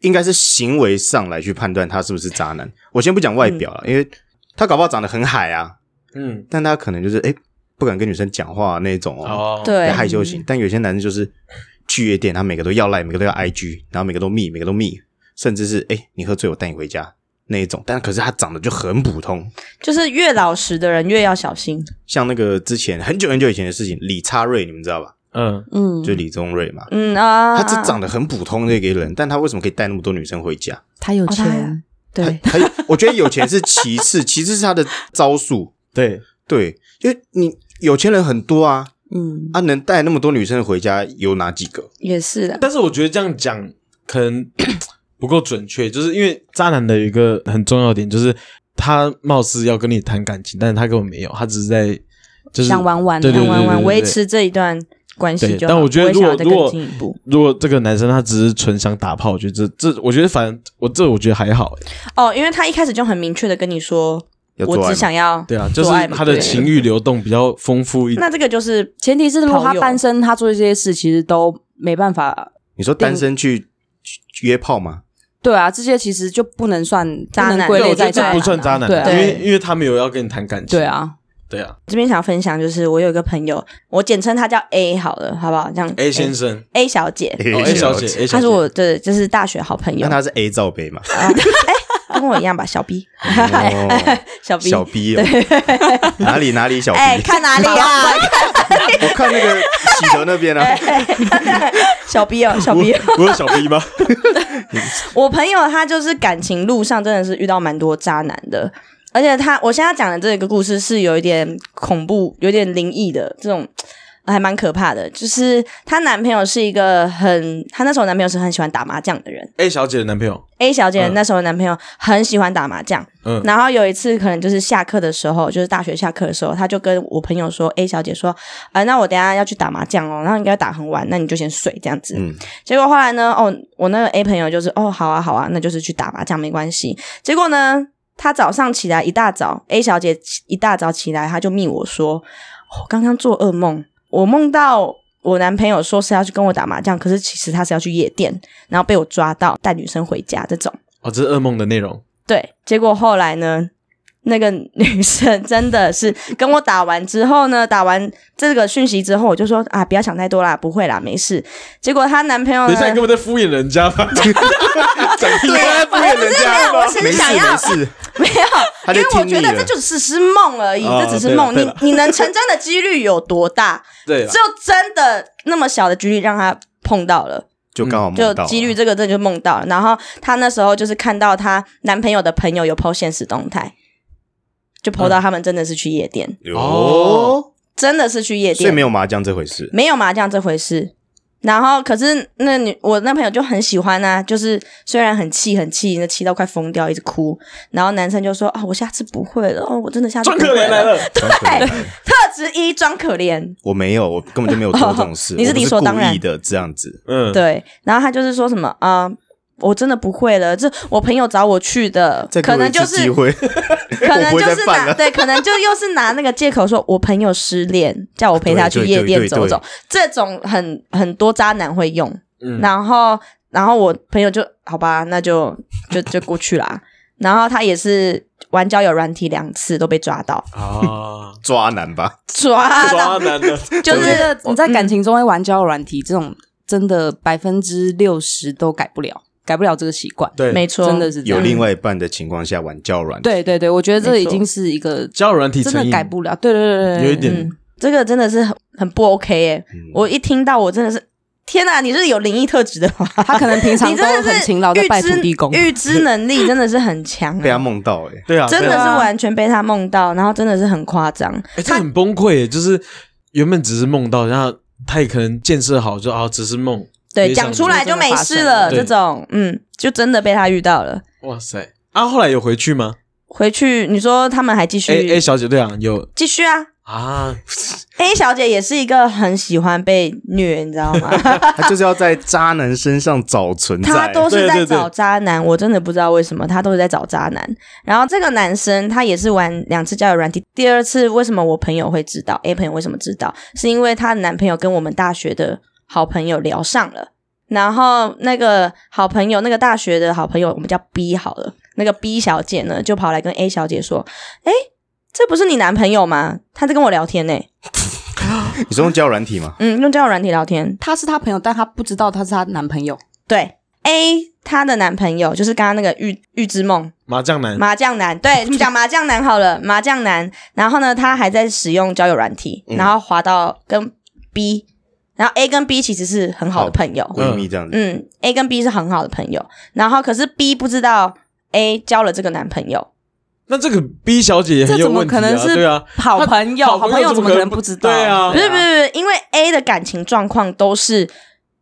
Speaker 1: 应该是行为上来去判断他是不是渣男。我先不讲外表了，因为他搞不好长得很海啊，
Speaker 2: 嗯，
Speaker 1: 但他可能就是哎不敢跟女生讲话那种哦，
Speaker 2: 哦，
Speaker 4: 对
Speaker 1: 害羞型。但有些男生就是去夜店，他每个都要赖，每个都要 IG，然后每个都密，每个都密，甚至是哎你喝醉我带你回家那一种。但可是他长得就很普通，
Speaker 4: 就是越老实的人越要小心。
Speaker 1: 像那个之前很久很久以前的事情，李差瑞你们知道吧？
Speaker 2: 嗯，
Speaker 3: 嗯，
Speaker 1: 就李宗瑞嘛，
Speaker 4: 嗯啊，
Speaker 1: 他这长得很普通的一个人，但他为什么可以带那么多女生回家？
Speaker 3: 他有
Speaker 4: 哦他
Speaker 3: 钱，
Speaker 4: 对，
Speaker 1: 他我觉得有钱是其次， 其次是他的招数。
Speaker 2: 对，
Speaker 1: 对，因为你有钱人很多啊，
Speaker 3: 嗯，
Speaker 1: 啊，能带那么多女生回家有哪几个？
Speaker 4: 也是的。
Speaker 2: 但是我觉得这样讲可能不够准确，就是因为渣男的有一个很重要的点，就是他貌似要跟你谈感情，但是他根本没有，他只是在就是
Speaker 3: 想玩玩
Speaker 2: 对对
Speaker 4: 想
Speaker 2: 对
Speaker 4: 玩玩，
Speaker 2: 对对
Speaker 4: 维
Speaker 2: 对
Speaker 4: 持这一段关系
Speaker 2: 对，
Speaker 4: 就好。
Speaker 2: 但我觉得
Speaker 4: 不
Speaker 2: 如
Speaker 4: 会想要
Speaker 2: 果
Speaker 4: 再
Speaker 2: 如
Speaker 4: 更
Speaker 2: 果
Speaker 4: 进一步
Speaker 2: 如果这个男生他只是纯想打炮，我觉得这这，我觉得反正我这我觉得还好、欸
Speaker 4: 哦，因为他一开始就很明确的跟你说，
Speaker 1: 要做爱吗
Speaker 4: 我只想要
Speaker 2: 对啊，就是
Speaker 4: 做爱嘛
Speaker 2: 他的
Speaker 4: 对
Speaker 2: 情欲流动比较丰富一点。
Speaker 4: 那这个就是
Speaker 3: 前提是如果他
Speaker 4: 好友
Speaker 3: 单身，他做这些事其实都没办法。
Speaker 1: 你说单身去去约炮吗？
Speaker 3: 对啊，这些其实就不能算
Speaker 4: 渣男
Speaker 3: 不能归
Speaker 2: 对，
Speaker 3: 类
Speaker 2: 我觉
Speaker 3: 在
Speaker 2: 得这
Speaker 3: 渣
Speaker 2: 不算渣
Speaker 3: 男啊，
Speaker 2: 男，
Speaker 3: 对
Speaker 2: 因
Speaker 3: 啊
Speaker 2: 为因为他没有要跟你谈感情。
Speaker 3: 对，啊，
Speaker 2: 对啊。
Speaker 4: 这边想要分享，就是我有一个朋友，我简称他叫 A 好了，好不好？这样
Speaker 2: A 先生
Speaker 4: A 小姐，
Speaker 2: 哦，A 小姐，，A 小姐，
Speaker 4: 她是我的就是大学好朋友
Speaker 1: 那，他是 A 罩杯嘛？
Speaker 4: 啊哎，她跟我一样吧， 小 B，
Speaker 1: 哦
Speaker 4: 小 B，
Speaker 1: 小 B
Speaker 2: 啊
Speaker 1: 哦， 哪里哪里小 B？
Speaker 4: 哎，看哪里啊？
Speaker 1: 我看那个喜德那边啊，
Speaker 4: 小 B 哦，哎小 B，
Speaker 2: 我有小 B 吗？
Speaker 4: 我朋友他就是感情路上真的是遇到蛮多渣男的，而且他我现在讲的这个故事是有一点恐怖、有点灵异的这种。还蛮可怕的，就是她男朋友是一个很，她那时候男朋友是很喜欢打麻将的人。
Speaker 2: A 小姐的男朋友，
Speaker 4: A 小姐
Speaker 2: 嗯
Speaker 4: 那时候男朋友很喜欢打麻将，
Speaker 2: 嗯，
Speaker 4: 然后有一次可能就是下课的时候，就是大学下课的时候，他就跟我朋友说：“A 小姐说，啊、那我等一下要去打麻将哦，然后应该打很晚，那你就先睡这样子。”
Speaker 1: 嗯，
Speaker 4: 结果后来呢，哦，我那个 A 朋友就是哦，好啊，好啊，那就是去打麻将没关系。结果呢，他早上起来一大早，A 小姐起一大早起来，她就密我说，我、刚刚做噩梦，我梦到我男朋友说是要去跟我打麻将，可是其实他是要去夜店，然后被我抓到带女生回家这种。
Speaker 2: 哦，这是噩梦的内容。
Speaker 4: 对，结果后来呢，那个女生 真的是跟我打完之后呢，打完这个讯息之后，我就说啊，不要想太多啦，不会啦，没事。结果她男朋友
Speaker 2: 等
Speaker 4: 呢
Speaker 2: 一，下，你根本在敷衍人家 吧？
Speaker 1: 整天在敷衍人家
Speaker 4: 我啊只是
Speaker 1: 没事
Speaker 4: 想要
Speaker 1: 没事，
Speaker 4: 没有，
Speaker 1: 他就
Speaker 4: 因为我
Speaker 1: 听
Speaker 4: 觉
Speaker 1: 你
Speaker 4: 得这
Speaker 1: 了。
Speaker 4: 就只是梦而已，
Speaker 2: 哦
Speaker 4: 这只是梦。
Speaker 2: 对
Speaker 4: 你
Speaker 2: 了
Speaker 4: 你能成真的几率有多大？
Speaker 2: 对
Speaker 4: 只
Speaker 2: 啊，
Speaker 4: 有真的那么小的几率让他碰到了。
Speaker 1: 就刚好
Speaker 4: 嗯就
Speaker 1: 梦到啊
Speaker 4: 几率这个真的就梦到了。然后她那时候就是看到她男朋友的朋友有 PO 现实动态，就 PO
Speaker 1: 嗯
Speaker 4: 到他们真的是去夜店，
Speaker 2: 哦
Speaker 1: 哦，
Speaker 4: 真的是去夜
Speaker 1: 所以
Speaker 4: 店，
Speaker 1: 没有麻将这回事。
Speaker 4: 没有麻将这回事。然后，可是那女我那朋友就很喜欢啊，就是虽然很气很气，那气到快疯掉，一直哭。然后男生就说：“啊、我下次不会了，哦，我真的下次
Speaker 2: 装
Speaker 4: 不会
Speaker 2: 可怜来
Speaker 4: 了。
Speaker 2: 了，
Speaker 4: 对，特质一装可怜。
Speaker 1: 我没有，我根本就没有做这种事，
Speaker 4: 哦你是
Speaker 1: 我不
Speaker 4: 理所当然
Speaker 1: 故意的这样子。
Speaker 2: 嗯，
Speaker 4: 对，然后他就是说什么啊、我真的不会了，这我朋友找我去的
Speaker 1: 再，给我
Speaker 4: 可
Speaker 1: 一
Speaker 4: 能就
Speaker 1: 次
Speaker 4: 是
Speaker 1: 机会，
Speaker 4: 可能
Speaker 1: 我不会
Speaker 4: 就
Speaker 1: 再
Speaker 4: 是
Speaker 1: 犯
Speaker 4: 拿
Speaker 1: 了
Speaker 4: 对，可能就又是拿那个借口说，我朋友失恋，叫我陪他去
Speaker 1: 对对
Speaker 4: 夜店
Speaker 1: 对对
Speaker 4: 走走，这种很很多渣男会用。
Speaker 2: 嗯
Speaker 4: 然后，然后我朋友就好吧，那就就就过去啦。 然后他也是玩交友软体两次都被抓到，
Speaker 2: 啊，
Speaker 1: 抓男吧，
Speaker 4: 抓到
Speaker 2: 抓男的，
Speaker 4: 就
Speaker 3: 我觉
Speaker 4: 是
Speaker 3: 得你在感情中会玩交友软体，这种真的百分之六十都改不了，改不了这个习惯。
Speaker 1: 嗯
Speaker 2: 对，
Speaker 4: 没错，
Speaker 3: 真的是这
Speaker 1: 有
Speaker 3: 样。
Speaker 1: 另外一半的情况下玩交友软体，
Speaker 3: 对对对，我觉得这
Speaker 4: 没
Speaker 3: 已
Speaker 4: 错
Speaker 3: 经是一个
Speaker 2: 交友软体
Speaker 3: 真
Speaker 2: 成
Speaker 3: 的
Speaker 2: 瘾
Speaker 3: 改不了。对对对对，对
Speaker 2: 有一点
Speaker 4: 嗯，这个真的是很很不 OK 哎、
Speaker 1: 嗯
Speaker 4: 我一听到我真的是。天呐，你是有灵异特质的吗？
Speaker 3: 他可能平 常
Speaker 4: 你
Speaker 3: 都
Speaker 4: 真的是
Speaker 3: 很勤劳在拜土地公。
Speaker 4: 预知能力真的是很强、 啊，
Speaker 1: 被他梦到哎，
Speaker 2: 对啊，
Speaker 4: 真的
Speaker 2: 对啊
Speaker 4: 是完全被他梦到，然后真的是很夸张。
Speaker 2: 哎，这很崩溃耶，就是原本只是梦到，然后他也可能建设好，就啊，只是梦，
Speaker 4: 对，
Speaker 2: 没想
Speaker 4: 讲
Speaker 2: 到
Speaker 4: 出来就没事了，
Speaker 2: 真
Speaker 4: 这
Speaker 2: 的
Speaker 4: 种嗯，就真的被他遇到了。
Speaker 2: 哇塞，啊，后来有回去吗
Speaker 4: 回去你说他们还继
Speaker 2: ？A A
Speaker 4: 续
Speaker 2: 小姐对啊，有
Speaker 4: 继续啊
Speaker 2: 啊，
Speaker 4: ，A 小姐也是一个很喜欢被虐，你知道吗？
Speaker 1: 他就是要在渣男身上找存在。
Speaker 4: 他都是在
Speaker 2: 对对对
Speaker 4: 找渣男，我真的不知道为什么他都是在找渣男。然后这个男生他也是玩两次交友软体，第二次为什么我朋友会知道？A 朋友为什么知道？是因为她的男朋友跟我们大学的好朋友聊上了，然后那个好朋友，那个大学的好朋友，我们叫 B 好了，那个 B 小姐呢就跑来跟 A 小姐说：“哎，这不是你男朋友吗？他在跟我聊天呢、
Speaker 1: 你说用交友软体吗？
Speaker 4: 嗯，用交友软体聊天，
Speaker 3: 他是他朋友，但他不知道他是他男朋友。
Speaker 4: 对。” A 她的男朋友就是刚刚那个玉玉之梦，
Speaker 2: 麻将男，
Speaker 4: 麻将男，对，你们讲麻将男好了，麻将男。然后呢，他还在使用交友软体，
Speaker 1: 嗯
Speaker 4: 然后滑到跟 B，然后 A 跟 B 其实是很好的朋友，
Speaker 1: 闺蜜这样子，
Speaker 4: 嗯，A 跟 B 是很好的朋友。然后可是 B 不知道 A 交了这个男朋友，
Speaker 2: 那这个 B 小姐也很
Speaker 3: 这
Speaker 2: 有
Speaker 3: 怎么
Speaker 2: 问题
Speaker 3: 可
Speaker 2: 啊，
Speaker 3: 能是
Speaker 2: 对 啊，
Speaker 3: 好朋友？
Speaker 2: 好
Speaker 3: 好
Speaker 2: 朋友
Speaker 3: 朋友怎么可
Speaker 2: 怎么可
Speaker 3: 能
Speaker 2: 能
Speaker 3: 不知道？
Speaker 2: 对啊
Speaker 4: 不是不是不是，因为 A 的感情状况都是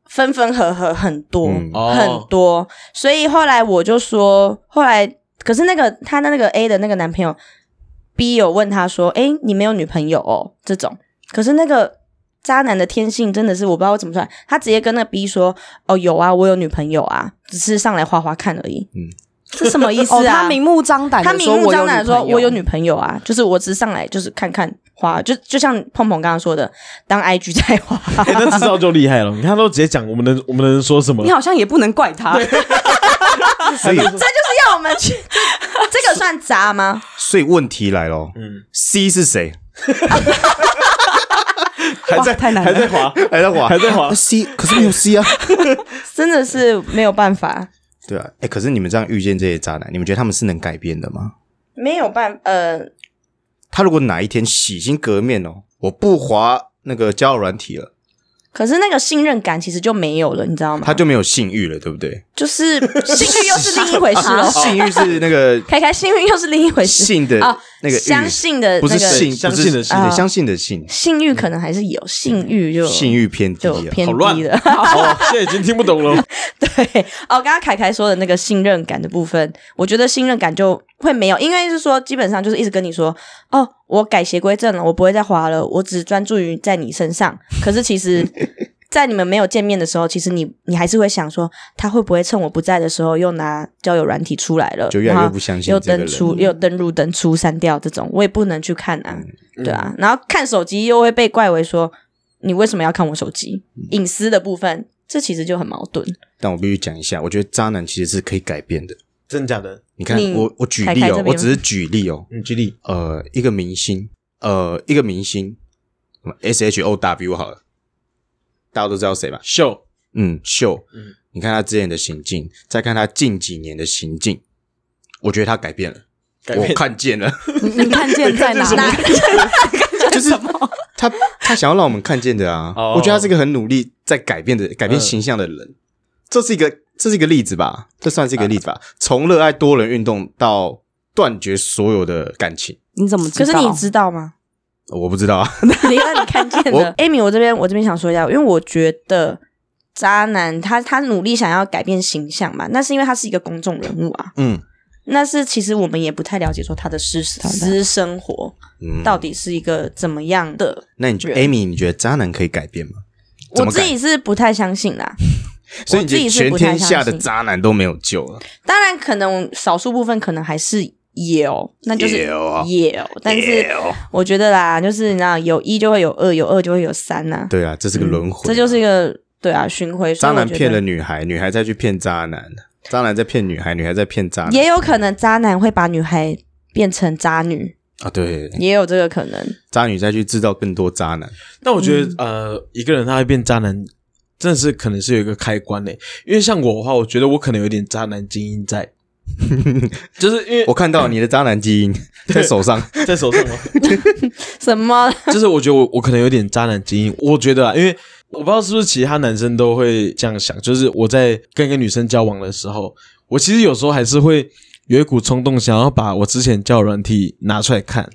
Speaker 4: 分分合合很多、
Speaker 1: 嗯
Speaker 2: 哦
Speaker 4: 很多，所以后来我就说，后来可是那个他的那个 A 的那个男朋友 B 有问他说：“哎、你没有女朋友哦？”这种，可是那个渣男的天性真的是我不知道我怎么算，他直接跟那个 B 说：“哦，有啊，我有女朋友啊，只是上来花花看而已。”嗯
Speaker 1: 嗯，
Speaker 4: 这什么意思
Speaker 3: 哦，
Speaker 4: 啊？
Speaker 3: 他明目张胆，
Speaker 4: 他明目张胆地说：“我有女
Speaker 3: 友。
Speaker 4: 朋友啊，就是我只是上来就是看看花，就就像碰碰刚刚说的，当 IG 在花。
Speaker 2: 哎，那至少就厉害了，你看他都直接讲我们能我们能说什么
Speaker 3: 你？好像也不能怪他，
Speaker 1: 所以
Speaker 4: 要我们去，这个算渣吗？
Speaker 1: 所以问题来咯
Speaker 2: 嗯
Speaker 1: c 是谁？
Speaker 2: 还在
Speaker 3: 哇太难
Speaker 2: 还
Speaker 3: 了
Speaker 2: 在滑，
Speaker 1: 还在滑，
Speaker 2: 还在滑
Speaker 1: 那 C，可是没有 C 啊。
Speaker 4: 真的是没有办法，
Speaker 1: 对啊，哎，可是你们这样遇见这些渣男，你们觉得他们是能改变的吗？
Speaker 4: 没有办呃，
Speaker 1: 他如果哪一天洗心革面哦，我不滑那个交友软体了，
Speaker 4: 可是那个信任感其实就没有了，你知道吗？
Speaker 1: 他就没有性欲了，对不对？
Speaker 4: 就是性欲又是另一回事了。
Speaker 1: 性欲是那个
Speaker 4: 开开，性欲又哦是另一回事
Speaker 1: 性的
Speaker 4: 啊
Speaker 1: 那个欲
Speaker 4: 相信的
Speaker 1: 不是
Speaker 4: 那个
Speaker 1: 性，
Speaker 2: 相
Speaker 1: 不是
Speaker 2: 信的性
Speaker 1: 对
Speaker 4: 啊
Speaker 1: 相信的性，
Speaker 4: 性欲可能还是
Speaker 1: 嗯
Speaker 4: 有，性欲就
Speaker 1: 性欲偏低
Speaker 4: 就
Speaker 1: 啊。
Speaker 4: 偏
Speaker 2: 好乱
Speaker 4: 低了。
Speaker 2: 哦，现在已经听不懂了。
Speaker 4: 对，哦，刚刚凯凯说的那个信任感的部分，我觉得信任感就会没有，因为是说基本上就是一直跟你说，哦，我改邪归正了，我不会再滑了，我只专注于在你身上。可是 其实，在你们没有见面的时候，其实你你还是会想说，他会不会趁我不在的时候又拿交友软体出来了，
Speaker 1: 就越来越
Speaker 4: 然后
Speaker 1: 不相信
Speaker 4: 又
Speaker 1: 这个
Speaker 4: 登
Speaker 1: 人
Speaker 4: 出
Speaker 1: 了
Speaker 4: 又登入登出删掉这种，我也不能去看啊，
Speaker 1: 嗯
Speaker 4: 对啊，然后看手机又会被怪为说。你为什么要看我手机？
Speaker 1: 嗯
Speaker 4: 隐私的部分，这其实就很矛盾。
Speaker 1: 但我必须讲一下，我觉得渣男其实是可以改变的。
Speaker 2: 真的假的？
Speaker 1: 你看
Speaker 4: 你，
Speaker 1: 我我举
Speaker 4: 凯
Speaker 1: 例
Speaker 4: 凯这
Speaker 1: 哦，
Speaker 4: 边
Speaker 1: 我只是举例哦。
Speaker 2: 嗯，举例，
Speaker 1: 呃，一个明星，呃，一个明星，S H O W 好了，大家都知道谁吧？
Speaker 2: 秀
Speaker 1: 嗯，秀，
Speaker 2: 嗯
Speaker 1: 你看他之前的行径，再看他近几年的行径，我觉得他改变了，
Speaker 2: 改变
Speaker 1: 我看见 了，
Speaker 3: 你你看见在哪？
Speaker 1: 就是他他想要让我们看见的啊，
Speaker 2: 哦
Speaker 1: 我觉得他是一个很努力在改变的、改变形象的人，
Speaker 4: 嗯
Speaker 1: 这是一个这是一个例子吧，这算是一个例子吧，从热爱多人运动到断绝所有的感情，
Speaker 3: 你怎么知
Speaker 4: 可
Speaker 3: 道？
Speaker 4: 是你知道吗？
Speaker 1: 我不知道啊，
Speaker 4: 你看你看见
Speaker 1: 我
Speaker 4: 了，Amy，我这边我这边想说一下，因为我觉得渣男他他努力想要改变形象嘛，那是因为他是一个公众人物啊，
Speaker 1: 嗯
Speaker 4: 那是其实我们也不太了解说他的私
Speaker 3: 的
Speaker 4: 私生活
Speaker 1: 嗯，
Speaker 4: 到底是一个怎么样的。
Speaker 1: 那你觉得 Amy，你觉得渣男可以改变吗？怎
Speaker 4: 我
Speaker 1: 么
Speaker 4: 自
Speaker 1: 改
Speaker 4: 己是不太相信啦，
Speaker 1: 所以你觉
Speaker 4: 我
Speaker 1: 得
Speaker 4: 自己是
Speaker 1: 全
Speaker 4: 不
Speaker 1: 天
Speaker 4: 太相信
Speaker 1: 下的渣男都没有救了？
Speaker 4: 当然可能少数部分可能还是有，那就是
Speaker 1: 有啊
Speaker 4: 有，但是
Speaker 1: 哎呦
Speaker 4: 我觉得啦，就是你知道有一就会有二，有二就会有三 呐、
Speaker 1: 对啊，这是个轮
Speaker 2: 嗯
Speaker 1: 回啊，
Speaker 4: 这就是一个对啊巡回。所
Speaker 1: 渣
Speaker 4: 以我
Speaker 1: 男
Speaker 4: 觉得
Speaker 1: 骗了女孩，女孩再去骗渣男，渣男再骗女孩，女孩再骗渣男，
Speaker 4: 也有可能渣男会把女孩变成渣女，
Speaker 1: 啊，对，
Speaker 4: 也有这个可能。
Speaker 1: 渣女再去制造更多渣男，
Speaker 2: 但我觉得，呃，一个人他会变渣男，真的是可能是有一个开关嘞、因为像我的话，我觉得我可能有点渣男基因在，就是因为
Speaker 1: 我看到你的渣男基 因在手上，
Speaker 2: 在手上嘛，
Speaker 4: 什么？
Speaker 2: 就是我觉得我我可能有点渣男基因，我觉得啊，因为我不知道是不是其他男生都会这样想，就是我在跟一个女生交往的时候，我其实有时候还是会有一股冲动，想要把我之前交友软体拿出来看，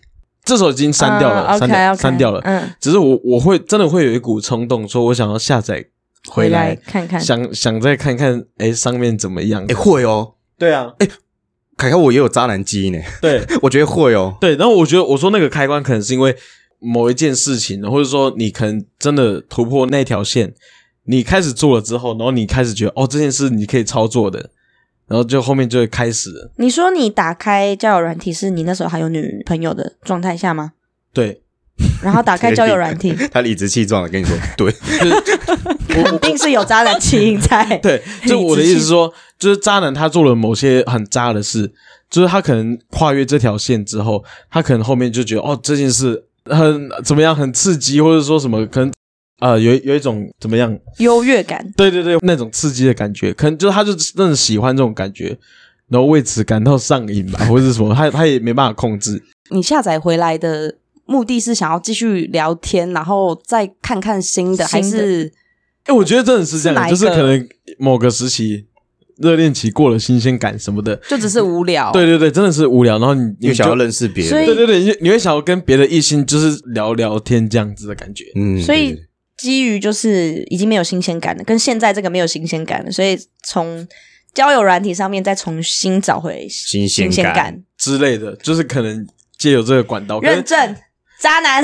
Speaker 2: 这时候已经删掉了，
Speaker 4: 啊
Speaker 2: 删
Speaker 4: OK，
Speaker 2: 掉
Speaker 4: OK，
Speaker 2: 删掉了，
Speaker 4: 嗯，
Speaker 2: 只是我我会真的会有一股冲动，说我想要下载回
Speaker 4: 回
Speaker 2: 来
Speaker 4: 来看看。
Speaker 2: 想想再看看，哎，上面怎么样
Speaker 1: 哎，？会哦，
Speaker 2: 对啊，
Speaker 1: 凯凯我也有渣男基因呢，
Speaker 2: 对
Speaker 1: 我觉得会哦，
Speaker 2: 对。然后我觉得我说那个开关可能是因为某一件事情，或者说你可能真的突破那条线，你开始做了之后，然后你开始觉得哦，这件事你可以操作的，然后就后面就会开始了
Speaker 4: 你说你打开交友软体是你那时候还有女朋友的状态下吗？
Speaker 2: 对，
Speaker 4: 然后打开交友软体，
Speaker 1: 他理直气壮的跟你 说，对，
Speaker 4: 肯定是有渣男基因在。
Speaker 2: 对，就我的意思是说，就是渣男他做了某些很渣的事，就是他可能跨越这条线之后，他可能后面就觉得哦这件事很怎么样，很刺激，或者说什么可能呃有有一种怎么样，
Speaker 4: 优越感，
Speaker 2: 对对对，那种刺激的感觉，可能就是他就真的喜欢这种感觉。然后为此感到上瘾吧，或者是什么，他 他也没办法控制。
Speaker 3: 你下载回来的目的是想要继续聊天，然后再看看新的，
Speaker 4: 新
Speaker 3: 还
Speaker 4: 的
Speaker 3: 是
Speaker 2: 哎，我觉得真的是这
Speaker 3: 是哪
Speaker 2: 样，
Speaker 3: 一
Speaker 2: 就是
Speaker 3: 个
Speaker 2: 可能某个时期热恋期过了新鲜感什么的，
Speaker 3: 就只 是无聊？
Speaker 2: 对，对对，真的是无聊。然后你你
Speaker 1: 又
Speaker 2: 就
Speaker 1: 想要认识别
Speaker 4: 所
Speaker 1: 人，
Speaker 4: 以
Speaker 2: 对对对，你你会想要跟别的异性就是聊聊天这样子的感觉。
Speaker 1: 嗯，
Speaker 4: 所
Speaker 1: 对
Speaker 4: 以基于就是已经没有新鲜感了，跟现在这个没有新鲜感了，所以从交友软体上面再重新找回
Speaker 1: 新鲜
Speaker 4: 新
Speaker 1: 感
Speaker 4: 鲜感，
Speaker 2: 之类的，就是可能借由这个管道。可
Speaker 4: 认
Speaker 2: 是，
Speaker 4: 证渣男。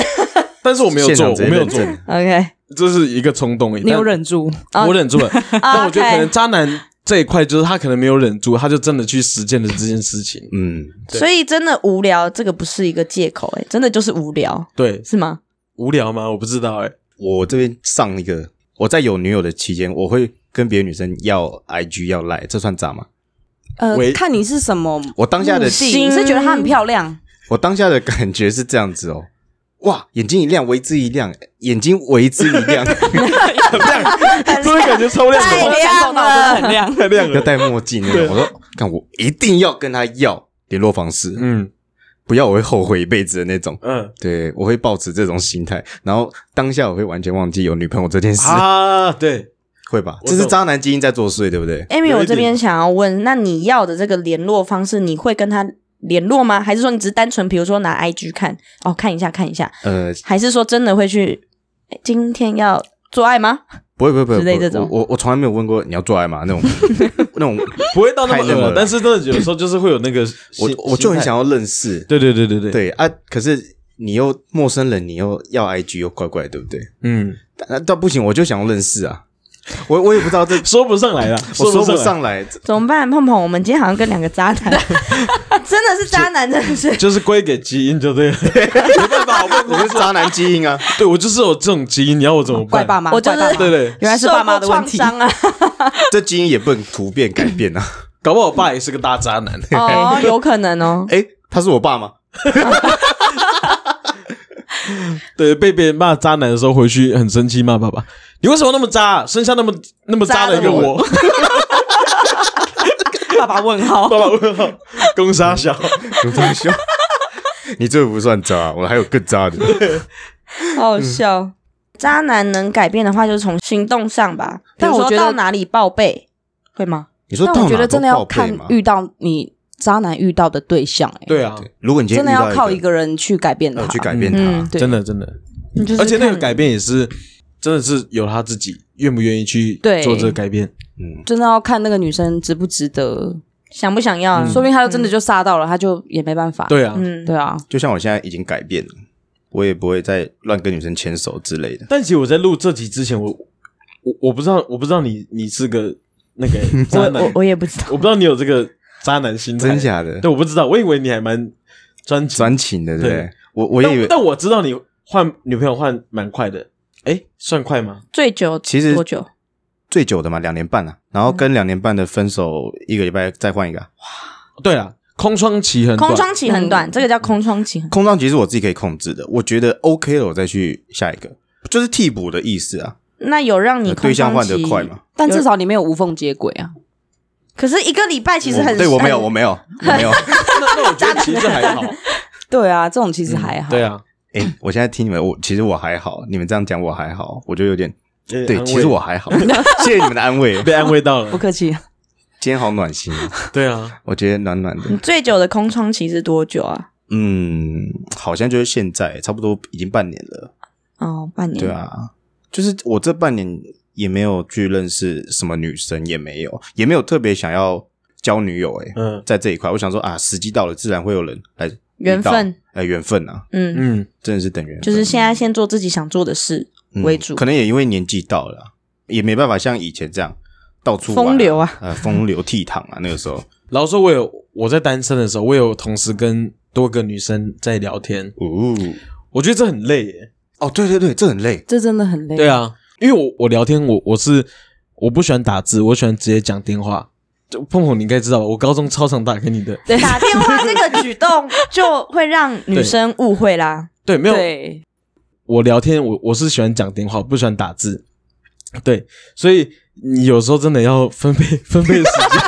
Speaker 2: 但是我没有
Speaker 1: 现
Speaker 2: 做，
Speaker 1: 场直
Speaker 2: 我
Speaker 1: 接
Speaker 2: 没有
Speaker 1: 认
Speaker 2: 做，
Speaker 1: 证
Speaker 4: OK，
Speaker 2: 这是一个冲动而已。
Speaker 3: 你有
Speaker 2: 但
Speaker 3: 忍住？
Speaker 2: 我忍 住了。
Speaker 3: 啊
Speaker 2: 但我觉得可能
Speaker 4: OK
Speaker 2: 渣男这一块，就是他可能没有忍住，他就真的去实践了这件事 情。
Speaker 1: 嗯，
Speaker 2: 对
Speaker 4: 所以真的无聊，这个不是一个借口、欸，真的就是无聊，
Speaker 2: 对，
Speaker 4: 是吗？
Speaker 2: 无聊吗？我不知 道哎、
Speaker 1: 我这边上一个，我在有女友的期间，我会跟别的女生要 IG 要赖，这算渣吗？
Speaker 3: 呃
Speaker 2: 喂，
Speaker 3: 看你是什么目
Speaker 1: 我当下的
Speaker 3: 的，你是觉得她很漂亮，
Speaker 1: 我当下的感觉是这样子哦，哇，眼睛一亮，为之一亮，眼睛为之一 亮，
Speaker 2: 突然感觉超亮
Speaker 4: 太
Speaker 3: 我
Speaker 2: 的，
Speaker 3: 感受到真的很亮。
Speaker 2: 太亮
Speaker 1: 要
Speaker 2: 了。
Speaker 1: 戴墨镜那种。我说，看我一定要跟他要联络方式，
Speaker 2: 嗯
Speaker 1: 不要我会后悔一辈子的那种。
Speaker 2: 嗯
Speaker 1: 对，我会抱持这种心态，然后当下我会完全忘记有女朋友这件事，
Speaker 2: 啊，对，
Speaker 1: 会吧？
Speaker 2: 我
Speaker 1: 这
Speaker 2: 懂
Speaker 1: 是渣男基因在作祟，对不对？
Speaker 4: Amy，
Speaker 2: 有一点
Speaker 4: 我这边想要问，那你要的这个联络方式，你会跟他联络吗？还是说你只是单纯，比如说拿 IG 看，哦，看一下看一下，
Speaker 1: 呃，
Speaker 4: 还是说真的会去？诶今天要做爱吗？
Speaker 1: 不会，不会，不会，
Speaker 4: 之类
Speaker 1: 不会
Speaker 4: 这种
Speaker 1: 我我我从来没有问过你要做爱吗？ 那种那种，
Speaker 2: 不会到那么
Speaker 1: 太那么
Speaker 2: 恶
Speaker 1: 了，
Speaker 2: 但是真的有时候就是会有那个心，
Speaker 1: 我我就很
Speaker 2: 心态。
Speaker 1: 想要认识，
Speaker 2: 对对对对对，
Speaker 1: 对啊，可是你又陌生人，你又要 IG 又怪怪，对不对？
Speaker 2: 嗯，
Speaker 1: 但但但不行，我就想认识啊，我我也不知道 这，
Speaker 2: 说不上来了，
Speaker 1: 我说
Speaker 2: 不
Speaker 1: 不
Speaker 2: 上来。
Speaker 1: 上来，
Speaker 4: 怎么办，碰碰？我们今天好像跟两个渣 男，真的是渣男，真的是。
Speaker 2: 就是归给基因就对了， 没办法，我不
Speaker 1: 我是渣男基因啊，
Speaker 2: 对我就是有这种基因，你要我怎么
Speaker 3: 怪
Speaker 2: 办？
Speaker 3: 爸妈，
Speaker 4: 我就是
Speaker 3: 怪爸妈
Speaker 2: 对对，
Speaker 3: 原来是爸妈的问
Speaker 4: 受
Speaker 3: 题
Speaker 4: 过。创伤啊！
Speaker 1: 这基因也不能突变改变啊。
Speaker 2: 搞不好我爸也是个大渣男。
Speaker 4: 哦，有可能哦。
Speaker 1: 诶，他是我爸吗？
Speaker 2: 对，被别人骂渣男的时候，回去很生气，骂爸爸：“你为什么那么渣？生下那么那么渣的一个我
Speaker 3: 爸爸问？”号，
Speaker 2: 爸爸问号，攻杀小。
Speaker 1: 有这么凶？ 你这个不算渣，我还有更渣的。
Speaker 4: 好好
Speaker 3: 嗯
Speaker 4: 笑。渣男能改变的话，就是从行动上吧。
Speaker 3: 但
Speaker 4: 比如说
Speaker 3: 我觉得
Speaker 4: 到哪里报备会吗？
Speaker 1: 你说
Speaker 3: 但
Speaker 1: 到
Speaker 3: 我觉
Speaker 1: 哪
Speaker 3: 得
Speaker 1: 都
Speaker 3: 真的要
Speaker 1: 报备
Speaker 3: 看
Speaker 1: 吗？
Speaker 3: 遇到你渣男遇到的对象、欸，
Speaker 2: 对啊，
Speaker 1: 如果你今天
Speaker 3: 真的要
Speaker 1: 遇到
Speaker 3: 靠
Speaker 1: 一
Speaker 3: 一
Speaker 1: 个
Speaker 3: 个人去改变他，
Speaker 1: 呃去改变他，
Speaker 4: 嗯
Speaker 3: 对
Speaker 2: 真的真的，
Speaker 4: 你就是
Speaker 2: 而且那个
Speaker 4: 看
Speaker 2: 改变也是真的是由他自己愿不愿意去
Speaker 3: 对
Speaker 2: 做这个改变。
Speaker 1: 嗯，
Speaker 3: 真的要看那个女生值不值得，
Speaker 4: 想不想要，
Speaker 3: 说不定他就真的就杀到了，他就也没办法。
Speaker 2: 对啊，
Speaker 4: 嗯，
Speaker 3: 对啊，
Speaker 1: 就像我现在已经改变了，我也不会再乱跟女生牵手之类的。
Speaker 2: 但其实我在录这集之前，我我我不知道，我不知道你你是个那个渣男，
Speaker 4: 我我也不知道，
Speaker 2: 我不知道你有这个渣男心态，
Speaker 1: 真？假的？
Speaker 2: 对，我不知道，我以为你还蛮专情，
Speaker 1: 专情的，对不对
Speaker 2: 对？
Speaker 1: 我我
Speaker 2: 但
Speaker 1: 也以为，
Speaker 2: 但我知道你换女朋友换蛮快的，哎，算快吗？
Speaker 4: 最久
Speaker 1: 其实
Speaker 4: 多久？
Speaker 1: 最久的嘛，两年半啊，然后跟两年半的分手，一个礼拜再换一个啊。
Speaker 2: 对啊，空窗期很短
Speaker 4: 空窗期很短，这个叫空窗期很。
Speaker 1: 空窗期是我自己可以控制的，我觉得 OK 了，我再去下一个，就是替补的意思啊。
Speaker 4: 那有让你空
Speaker 1: 对象
Speaker 4: 窗
Speaker 1: 换
Speaker 4: 期
Speaker 1: 得快嘛？
Speaker 3: 但至少你没有无缝接轨啊。
Speaker 4: 可是一个礼拜其实
Speaker 1: 我
Speaker 4: 很
Speaker 1: 哦
Speaker 4: 哎
Speaker 1: 对我没有，
Speaker 4: 很
Speaker 1: 我 没有，我没有。
Speaker 2: 那那我觉得其实还好，
Speaker 3: 对啊，这种 其实还好。
Speaker 2: 对啊，
Speaker 1: 哎、我现在听你们，我其实我还好，你们这样讲我还好，我就有点
Speaker 2: 有点
Speaker 1: 对，
Speaker 2: 安慰
Speaker 1: 其实我还 好，谢谢你们的安慰，
Speaker 2: 被安慰到
Speaker 3: 不
Speaker 2: 了，
Speaker 3: 客气，
Speaker 1: 今天好暖心啊，
Speaker 2: 对啊，
Speaker 1: 我觉得暖暖的
Speaker 4: 你。最久的空窗期是多久啊？
Speaker 1: 嗯，好像就是现在，差不多已经半年了。
Speaker 4: 哦，半年。
Speaker 1: 对，啊，就是我这半年也没有去认识什么女生，也没有，也没有特别想要交女友、欸。哎、
Speaker 2: 嗯
Speaker 1: 在这一块，我想说啊，时机到了，自然会有人来
Speaker 4: 缘分
Speaker 1: 遇到，哎、缘分啊，
Speaker 4: 嗯，
Speaker 2: 嗯，
Speaker 1: 真的是等缘分，
Speaker 4: 就是现在先做自己想做的 事
Speaker 1: 嗯
Speaker 4: 为主
Speaker 1: 可。能也因为年纪到了啊，也没办法像以前这样到处玩
Speaker 4: 风流啊，
Speaker 1: 呃，风流倜傥啊，那个时候，
Speaker 2: 老实说，我有我在单身的时候，我有同时跟多个女生在聊天，
Speaker 1: 哦，
Speaker 2: 我觉得这很累耶。
Speaker 1: 哦，对对对，这很累，
Speaker 3: 这真的很累。
Speaker 2: 对啊，因为我我聊天我我是我不喜欢打字，我喜欢直接讲电话。就碰碰，你应该知道吧？我高中超常打给你的。
Speaker 4: 对，打电话这个举动就会让女生误会啦。
Speaker 2: 对，没有
Speaker 3: 对，
Speaker 2: 我聊天，我我是喜欢讲电话，不喜欢打字。对，所以你有时候真的要分配 分配时间。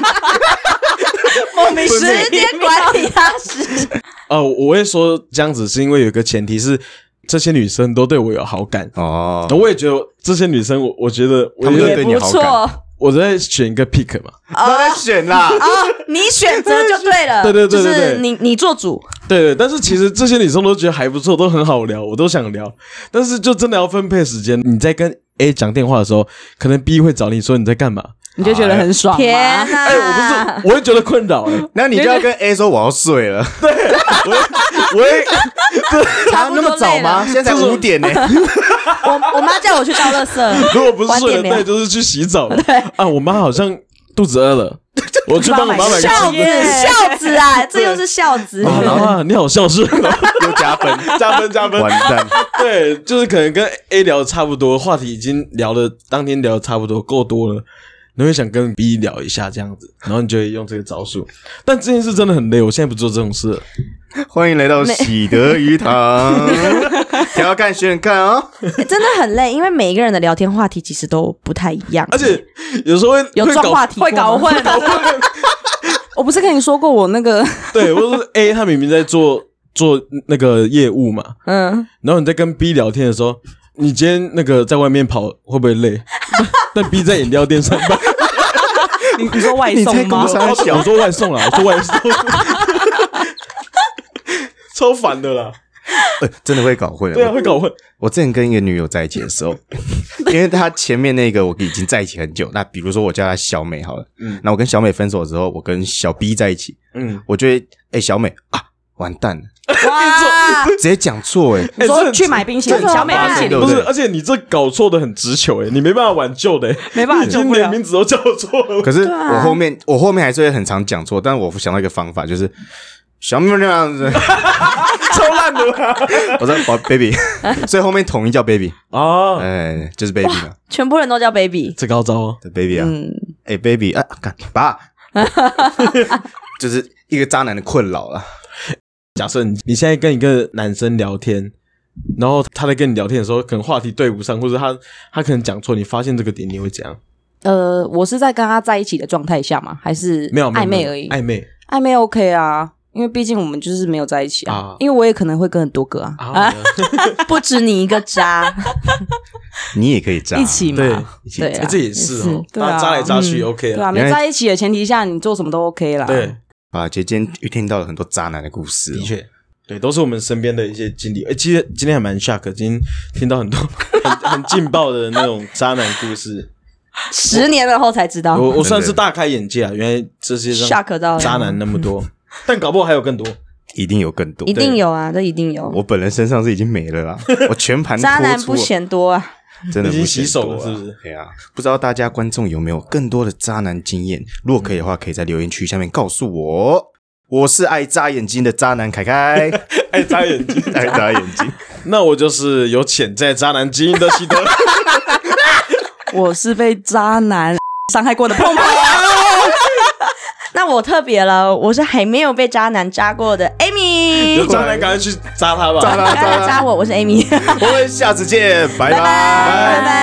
Speaker 4: 莫名时间管理大师，
Speaker 2: 哦，我会说这样子是因为有一个前提是，这些女生都对我有好感。
Speaker 1: 哦
Speaker 2: 我也觉得这些女生，我我觉得我
Speaker 1: 她们
Speaker 2: 有
Speaker 1: 都
Speaker 2: 点
Speaker 1: 对你
Speaker 4: 不
Speaker 1: 好
Speaker 4: 错
Speaker 1: 感，
Speaker 4: 哦。
Speaker 2: 我在选一个 pick 嘛，
Speaker 1: 那在选 啦，
Speaker 4: 哦你选择就对了，
Speaker 2: 对对对
Speaker 4: 就
Speaker 2: 对对
Speaker 4: 是你你做主，
Speaker 2: 对对，但是其实这些女生都觉得还不错，都很好聊，我都想聊，但是就真的要分配时间。你在跟 A 讲电话的时候，可能 B 会找你说你在 干嘛，
Speaker 3: 你就觉得很爽吗。
Speaker 4: 天哪！
Speaker 2: 哎、我不是，我会觉得困扰、哎
Speaker 1: 那你就要跟 A 说我要睡 了，
Speaker 2: 我会我 会
Speaker 4: 差不多
Speaker 1: 那么早吗？
Speaker 4: 累
Speaker 1: 现在才五 点呢，
Speaker 4: 我我妈叫我去倒垃 圾，
Speaker 2: 如果不是睡了，
Speaker 4: 晚点聊
Speaker 2: 那就是去洗澡了。啊，我妈好像肚子饿 了，我去帮我妈买个
Speaker 4: 孝子
Speaker 2: 吃的。
Speaker 4: 孝子啊，这又是孝子。
Speaker 2: 啊，然后 啊你好孝顺哦，
Speaker 1: 又加分，
Speaker 2: 加分加分
Speaker 1: 完。蛋，
Speaker 2: 对，就是可能跟 A 聊的差不多，话题已经聊的当天聊的差不多够多了，你会想跟 B 聊一下这样子，然后你就会用这个招数。但这件事真的很累，我现在不做这种事了。
Speaker 1: 欢迎来到喜德鱼 塘，想要看选看啊，
Speaker 4: 欸 真的很累，因为每一个人的聊天话题其实都不太一样，
Speaker 2: 而且有时候会
Speaker 4: 有
Speaker 2: 会
Speaker 4: 撞
Speaker 2: 搞
Speaker 4: 话题
Speaker 3: 会搞混
Speaker 4: 过吗
Speaker 3: 我不是跟你说过我那个
Speaker 2: 对，或者是 A 他明明在做做那个业务嘛，
Speaker 4: 嗯，
Speaker 2: 然后你在跟 B 聊天的时候，你今天那个在外面跑会不会累？ 但 B 在饮料店上班，
Speaker 3: 你你说外送吗
Speaker 1: 我？三小
Speaker 2: 哦我说外送啦，我说 外送，超烦的啦。
Speaker 1: 呃真的会搞混，
Speaker 2: 对啊，会搞混。
Speaker 1: 我之前跟一个女友在一起的 时候，因为她前面那个我已经在一起很久，那比如说我叫她小美好了，
Speaker 2: 嗯
Speaker 1: 那我跟小美分手之后，我跟小 B 在一起，
Speaker 2: 嗯，
Speaker 1: 我就会哎、小美啊，完蛋了，
Speaker 4: 哇，
Speaker 1: 直接讲错 哎，
Speaker 3: 你
Speaker 2: 哎
Speaker 3: 说
Speaker 2: 这
Speaker 3: 去买冰淇淋，
Speaker 4: 这怎么
Speaker 3: 小美冰淇
Speaker 1: 对
Speaker 3: 淋
Speaker 1: 办，
Speaker 2: 不
Speaker 1: 不
Speaker 2: 是
Speaker 1: 对，
Speaker 2: 而且你这搞错的很直球哎、你没办法挽救的、欸，
Speaker 3: 没办法
Speaker 2: 已
Speaker 3: 救
Speaker 2: 经
Speaker 3: 不
Speaker 2: 连
Speaker 3: 了。
Speaker 2: 名字都叫错了。
Speaker 1: 可是我后面、我后面还是会很常讲错，但我想到一个方法， 就是小妹那样子，
Speaker 2: 超烂的啦！
Speaker 1: 我说哦 baby，所以后面统一叫 baby，哎、
Speaker 2: 啊，
Speaker 1: 就是 baby 嘛，
Speaker 4: 全部人都叫 baby，
Speaker 2: 这高招哦，
Speaker 1: 对 baby 啊，哎、
Speaker 3: 嗯，
Speaker 1: baby 啊，干 爸，就是一个渣男的困扰啊了。
Speaker 2: 假设你你现在跟一个男生聊天，然后他在跟你聊天的时候，可能话题对不上，或者他他可能讲错，你发现这个点，你会怎样？
Speaker 3: 呃，我是在跟他在一起的状态下吗？还是
Speaker 2: 没有没有
Speaker 3: 暧昧
Speaker 2: 没有
Speaker 3: 而已？
Speaker 2: 暧昧
Speaker 3: 暧昧 OK 啊，因为毕竟我们就是没有在一起啊。
Speaker 2: 啊
Speaker 3: 因为我也可能会跟很多个 啊，
Speaker 2: 啊，
Speaker 4: 不止你一个渣，
Speaker 1: 你也可以渣
Speaker 3: 一，起嘛。
Speaker 2: 对
Speaker 3: 对啊
Speaker 2: 哎这也是
Speaker 3: 也
Speaker 2: 哦
Speaker 3: 是，对啊
Speaker 2: 扎来扎去 OK
Speaker 3: 对啊，
Speaker 2: 啊，
Speaker 3: 没在一起的前提下，你做什么都 OK 啦。
Speaker 2: 对，
Speaker 1: 啊，姐今天遇听到了很多渣男的故事、哦
Speaker 2: 的，确，对，都是我们身边的一些经历。哎、其实今天还蛮 shock，今天听到很多 很很劲爆的那种渣男故事，
Speaker 4: 十年了后才知道
Speaker 2: 我我算是大开眼界啊，原来这世界上
Speaker 4: ，shock 到了
Speaker 2: 渣男那么 多，但搞不好还有更多。
Speaker 1: 一定有更多
Speaker 4: 一。定有啊，这一定有。
Speaker 1: 我本人身上是已经没 了啦，我全盘
Speaker 4: 渣男
Speaker 1: 托出
Speaker 4: 不嫌多啊，
Speaker 1: 真的
Speaker 2: 已经
Speaker 1: 不
Speaker 2: 洗
Speaker 1: 嫌
Speaker 2: 手
Speaker 1: 多
Speaker 2: 了
Speaker 1: 啊
Speaker 2: 是不是？
Speaker 1: 对啊，不知道大家观众有没有更多的渣男经验？如果可以的话，可以在留言区下面告诉我。哦我是爱眨眼睛的渣男凯 凯，
Speaker 2: 爱眨眼睛，
Speaker 1: 爱眨眼睛。
Speaker 2: 那我就是有潜在渣男基因的希德。
Speaker 3: 我是被渣男 伤害过的碰碰。
Speaker 4: 那我特别了，我是还没有被渣男渣过的 Amy
Speaker 2: 有。渣男赶快去扎他吧！
Speaker 1: 渣男
Speaker 4: 渣男渣我，我是 Amy，
Speaker 1: 我们下次见，拜拜
Speaker 4: 拜拜。